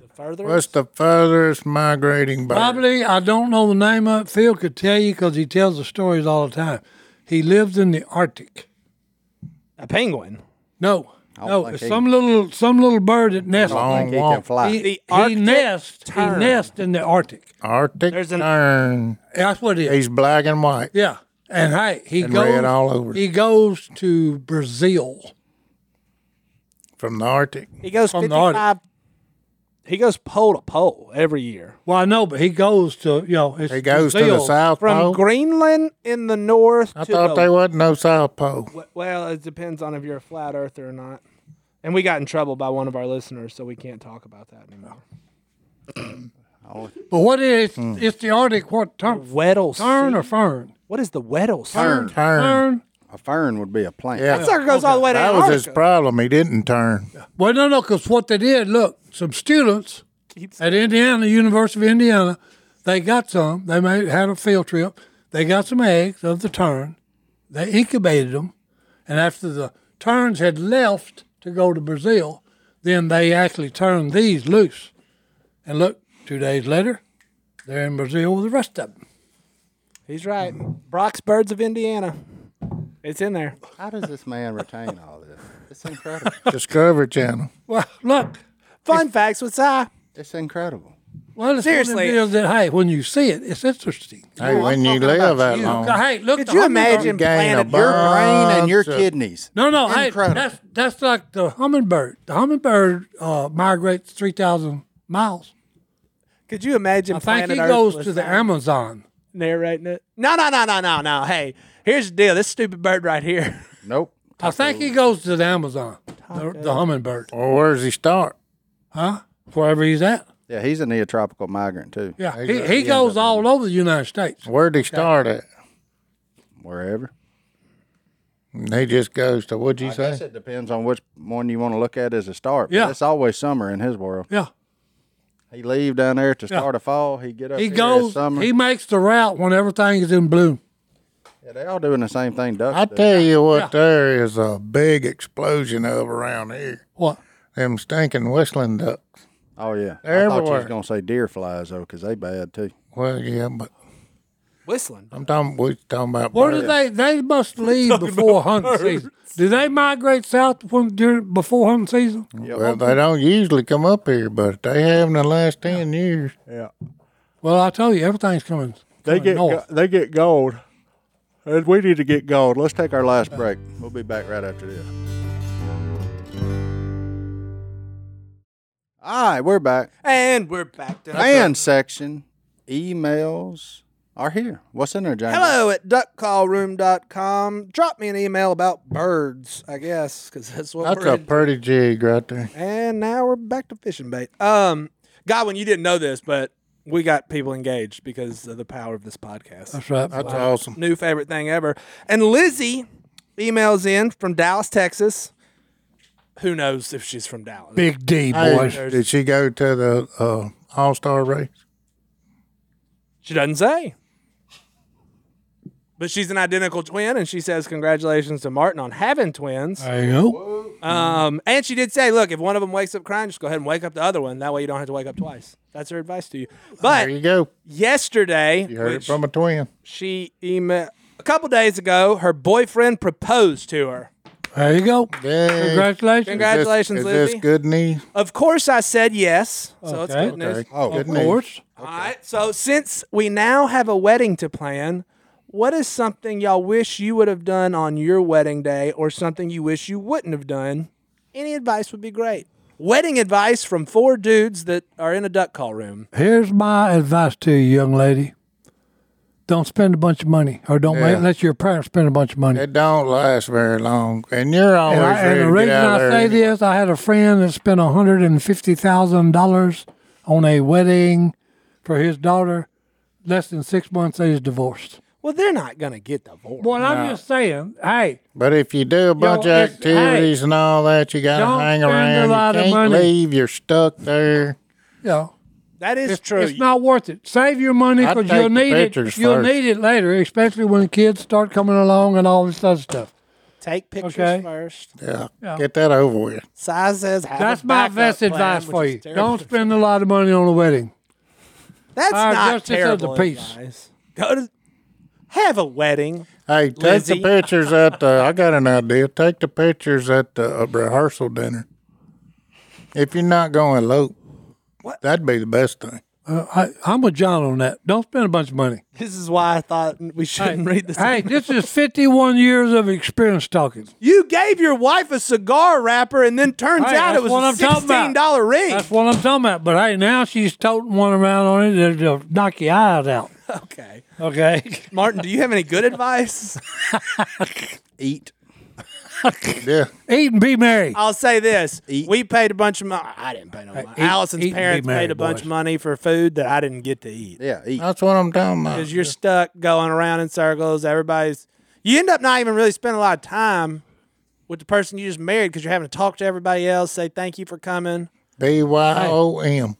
The furthest? What's the furthest migrating bird? Probably, I don't know the name of it. Phil could tell you because he tells the stories all the time. He lives in the Arctic. A penguin. No, I don't no, think it's he- some little some little bird that nests. I don't think he can fly. He, The he Arctic nests. He tern. nests in the Arctic. Arctic There's an- tern. That's what it is. He's black and white. Yeah, and hey, he And goes red all over. He goes to Brazil. From the Arctic. He goes From the Arctic. 55. He goes pole to pole every year. Well, I know, but he goes to you know. It's He goes to the Brazil. South From Pole? Greenland in the north. I to thought the- there wasn't no South Pole. W- Well, it depends on if you're a flat earther or not. And we got in trouble by one of our listeners, so we can't talk about that anymore. But what is Hmm. it's the Arctic? What term? Weddell. Tern or fern? What is the Weddell? Fern. Fern. A fern would be a plant. Yeah. That was his problem. He didn't turn. Well, no, no, because what they did, look, some students at Indiana, University of Indiana, they got some. They made had a field trip. They got some eggs of the tern. They incubated them, and after the terns had left to go to Brazil, then they actually turned these loose. And look, two days later, they're in Brazil with the rest of them. He's right. Brock's Birds of Indiana. It's in there. How does this man retain all this? It's incredible. Discovery Channel. Well, look, fun facts with Si. It's incredible. Well, it's Seriously. Seriously. one of the deals that hey, when you see it, it's interesting. Hey, when you talking live about that you. long. Hey, look, Could the you hummingbird- imagine planting Your your brain and your Bunch of- kidneys. No, no, hey, Incredible. that's that's like the hummingbird. The hummingbird uh, migrates three thousand miles. Could you imagine? I think Planet he Earth goes was to the not Amazon. narrating it. No, no, no, no, no, no. Hey, here's the deal. This stupid bird right here. Nope. I think he goes to the Amazon. The, the hummingbird, Or where does he start? huh? Wherever he's at. Yeah, he's a neotropical migrant too. Yeah, he, he goes all over the United States. Where'd he start at? Wherever. And he just goes to, what'd you I say? guess it depends on which one you want to look at as a start. but Yeah. It's always summer in his world. Yeah, He leave down there to Yeah. start of fall. He get up he here as goes. summer. He makes the route when everything is in bloom. yeah, they all doing the same thing. Ducks I do. tell you what, Yeah. there is a big explosion of around here. What? Them stinking whistling ducks. Oh yeah. They're I thought you was everywhere. gonna say deer flies though, 'cause they bad too. Well, yeah, but Whistling. I'm talking. We're talking about. Where birds. do they? They must leave before hunting season. Do they migrate south when, during before hunting season? Well, they don't usually come up here, but they have in the last ten years. Yeah. Well, I tell you, everything's coming. coming north. they get gold. And we need to get gold. Let's take our last break. We'll be back right after this. All right, we're back. And we're back to Fan section, emails are here. What's in there, James? Hello at duckcallroom.com. Drop me an email about birds, I guess, because that's what That's we're a in. pretty jig right there. And now we're back to fishing bait. Um, Godwin, you didn't know this, but we got people engaged because of the power of this Oh, podcast. That's right. That's awesome. New favorite thing ever. And Lizzie emails in from Dallas, Texas. Who knows if she's from Dallas? Big D Hey, boys. did she go to the uh, All Star race? She doesn't say. But she's an identical twin, and she says, Congratulations to Martin on having Uh, twins. There you go. mm-hmm. Um, and she did say, look, if one of them wakes up crying, just go ahead and wake up the other one. That way you don't have to wake up twice. That's her advice to you. There But you go. yesterday, You heard it which from a twin. she emailed a couple days ago, her boyfriend proposed to her. There you go. Yay. Congratulations. Congratulations, is this, Is Lizzie. this good news? Of course, I said yes. So it's Okay. good news. Oh, good Of news. course. All right. So since we now have a wedding to plan, what is something y'all wish you would have done on your wedding day or something you wish you wouldn't have done? Any advice would be great. Wedding advice from four dudes that are in a duck call room. Here's my advice to you, young lady. Don't spend a bunch of money, or don't Yeah. make, let your parents spend a bunch of money. It don't last very long, and you're always And, I, and ready the to get reason out I there. say this, I had a friend that spent hundred and fifty thousand dollars on a wedding for his daughter. Less than six months, they was divorced. Well, they're not going to get divorced. Well, I'm No. just saying, hey, But if you do a bunch Yo, of it's- hey, activities and all that, you got to don't hang spend a around. lot You of can't money. leave. You're stuck there. you know, that is it's, true. It's not worth it. Save your money I'd because take you'll the need it. pictures You'll first. need it later, especially when kids start coming along and all this other stuff. Take pictures Okay. first. Yeah, Yeah. get that over with. Size says have a That's my backup best plan, advice which for is you. terrible. Don't spend a lot of money on a wedding. That's All right, not just this other terrible piece. advice. Go to have a wedding. Hey, take Lizzie. the pictures at the. I got an idea. Take the pictures at the uh, rehearsal dinner. If you're not going elope, that'd be the best thing. Uh, I, I'm with John on that. Don't spend a bunch of money. This is why I thought we shouldn't read this. Hey, this is 51 years of experience talking. You gave your wife a cigar wrapper, and then turns Hey, out that's it was what I'm a talking about. sixteen dollar ring. That's what I'm talking about. But hey, now she's toting one around on it that'll knock your eyes out. okay, Okay. Martin, do you have any good advice? Eat. Yeah. Eat and be merry. I'll say this: we paid a bunch of money. I didn't pay no money. eat- Allison's eat and be parents paid merry, a bunch boys. of money for food that I didn't get to eat Yeah, Oh, eat. That's what I'm talking about. because you're stuck going around in circles. Everybody's you end up not even really spending a lot of time with the person you just married because you're having to talk to everybody else, say thank you for coming. B Y O M.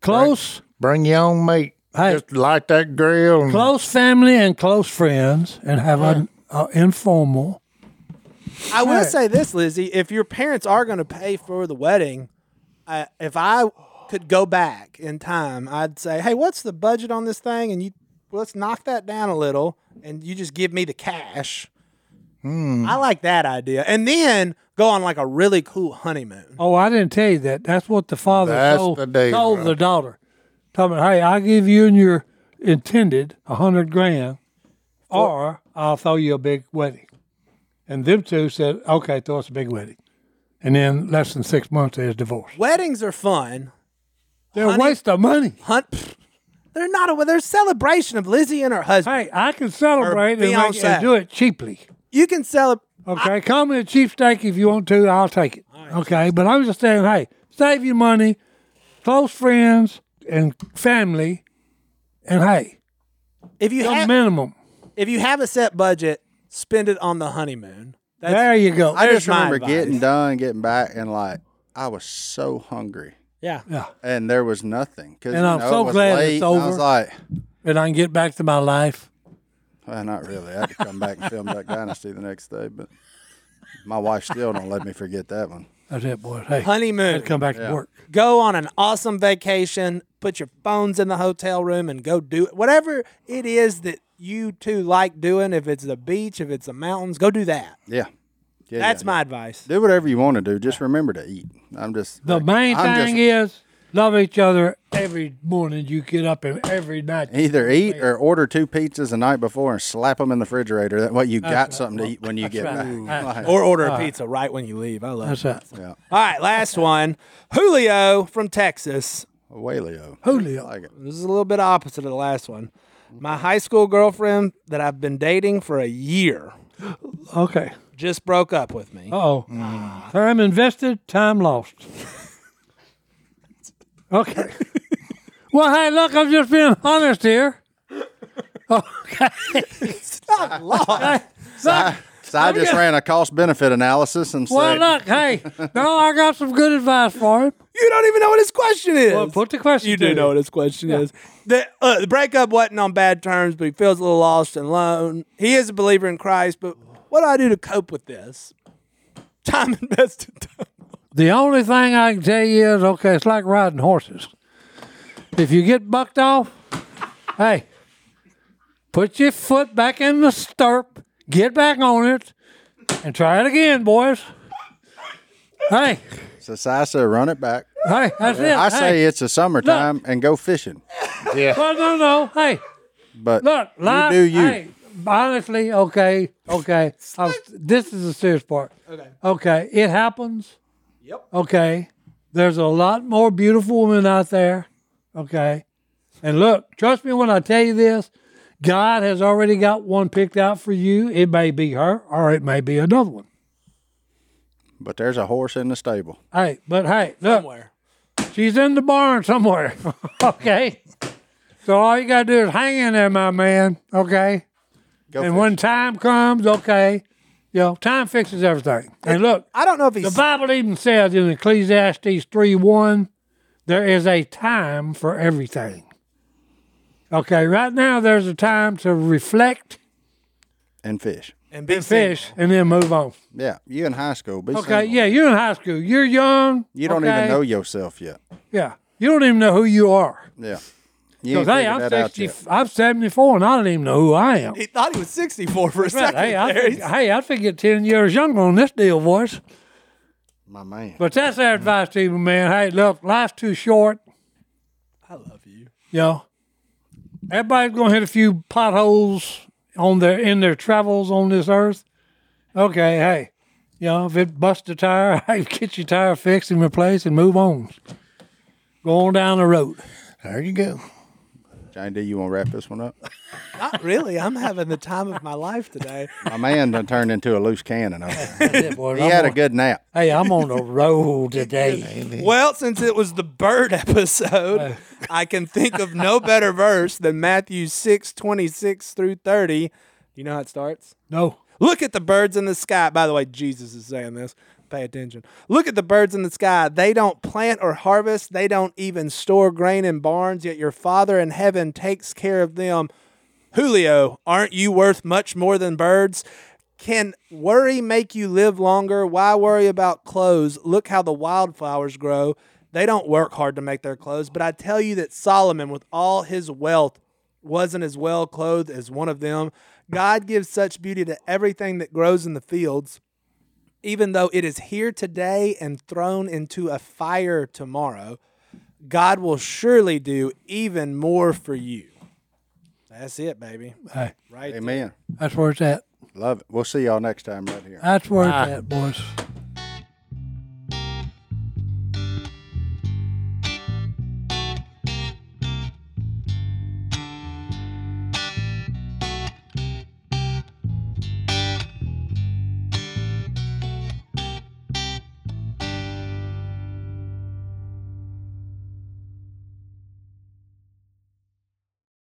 Close, Bring your own meat. Hey. Just light that grill. And close family and close friends and have an uh, informal. I will say this, Lizzie: if your parents are going to pay for the wedding, I, if I could go back in time, I'd say, "Hey, what's the budget on this thing?" And you let's knock that down a little, and you just give me the cash. I like that idea, and then go on like a really cool honeymoon. Oh, I didn't tell you that. That's what the father That's told, the deal, told right. the daughter. Told me, hey, I give you and your intended a hundred grand, or I'll throw you a big wedding. And them two said, okay, throw us a big wedding. And then less than six months, they was divorced. Weddings are fun. They're a Honey- waste of money. Hunt. pfft, They're not a. They're a celebration of Lizzie and her husband. Hey, I can celebrate and, make, fiancé. and do it cheaply. You can celebrate. Okay, call me a cheapsteak if you want to. I'll take it. Okay, but I'm just saying, hey, save your money, close friends and family, and hey, If you the have, minimum. if you have a set budget, spend it on the honeymoon. That's, there you go. I Here's just my remember advice. getting done, getting back, and like I was so hungry, yeah. yeah, and there was nothing. 'cause, And you I'm know, so it was glad late, it's and I was over. like, and I can get back to my life. well, Uh, not really. I had to come back and film Duck Dynasty the next day, but my wife still don't let me forget that one. That's it, boys. Hey, Honeymoon. I had to come back to work. go on an awesome vacation, put your phones in the hotel room and go do it. Whatever it is that you two like doing, if it's the beach, if it's the mountains, go do that. Yeah, yeah That's yeah. my advice. Do whatever you want to do. Just remember to eat. I'm just The main I'm just- thing is love each other every morning. You get up and every night. Either eat or order two pizzas the night before and slap them in the refrigerator. That way you got something to eat when you get right. back. That's- Or order a pizza right when you leave. I love That's it. that. Yeah, All right, last one. Julio from Texas. Whaleo. Julio. like it. This is a little bit opposite of the last one. My high school girlfriend that I've been dating for a year Okay. just broke up with me. Uh oh. Time invested, time lost. Okay. well, hey, look, I'm just being honest here. Not long. Look, So I just ran a cost benefit analysis and well, said, look, hey, no, I got some good advice for him. You don't even know what his question is. Well, put the question. you do to know what it. his question is. The, uh, the breakup wasn't on bad terms, but he feels a little lost and alone. He is a believer in Christ, but what do I do to cope with this? Time invested. Time. The only thing I can tell you is, okay, it's like riding horses. If you get bucked off, hey, put your foot back in the stirrup, get back on it, and try it again, boys. Hey, so Sasa, run it back. hey, that's it. I hey. say it's a summertime and go fishing. Well, no, no. Hey, But look, life. do you. Hey, honestly, okay, okay. I was- this is the serious part. Okay. Okay, it happens. Yep. Okay. There's a lot more beautiful women out there. Okay. And look, trust me when I tell you this, God has already got one picked out for you. It may be her or it may be another one. but there's a horse in the stable. Hey, but hey, look, Somewhere. she's in the barn somewhere. okay. So all you got to do is hang in there, my man. Okay. Go and when time comes, okay, you know, time fixes everything. And look, I don't know if the Bible even says in Ecclesiastes three one, there is a time for everything. Okay, right now there's a time to reflect and fish. and and fish, and then move on. Yeah, you in high school. Be Okay, single. yeah, you're in high school. You're young. You don't okay? even know yourself yet. Yeah, you don't even know who you are. Yeah. You Because ain't hey, figured I'm that out sixty. yet. I'm seventy four, and I don't even know who I am. He thought he was 64 for a Right, second. Hey, I there. think, hey, I think it's ten years younger on this deal, boys. My man. But that's our advice to you, man. Hey, look, life's too short. I love you. You know, everybody's gonna hit a few potholes on their in their travels on this earth. Okay, hey, you know, if it busts a tire, hey, get your tire fixed and replaced and move on. Go on down the road. There you go. Johnny D, you want to wrap this one up? Not really. I'm having the time of my life today. My man done turned into a loose cannon. Over there. That's it, boys. He I'm had a on- good nap. Hey, I'm on a roll today. Well, since it was the bird episode, I can think of no better verse than Matthew 6 26 through 30. Do you know how it starts? No. Look at the birds in the sky. By the way, Jesus is saying this. Pay attention. Look at the birds in the sky. They don't plant or harvest, they don't even store grain in barns, yet your Father in heaven takes care of them. Julio, aren't you worth much more than birds? Can worry make you live longer? Why worry about clothes? Look how the wildflowers grow. They don't work hard to make their clothes, but I tell you that Solomon, with all his wealth, wasn't as well clothed as one of them. God gives such beauty to everything that grows in the fields, even though it is here today and thrown into a fire tomorrow. God will surely do even more for you. That's it, baby. Hey, Right. Amen. that's where it's at. Love it. We'll see y'all next time right here. That's where it's at, boys.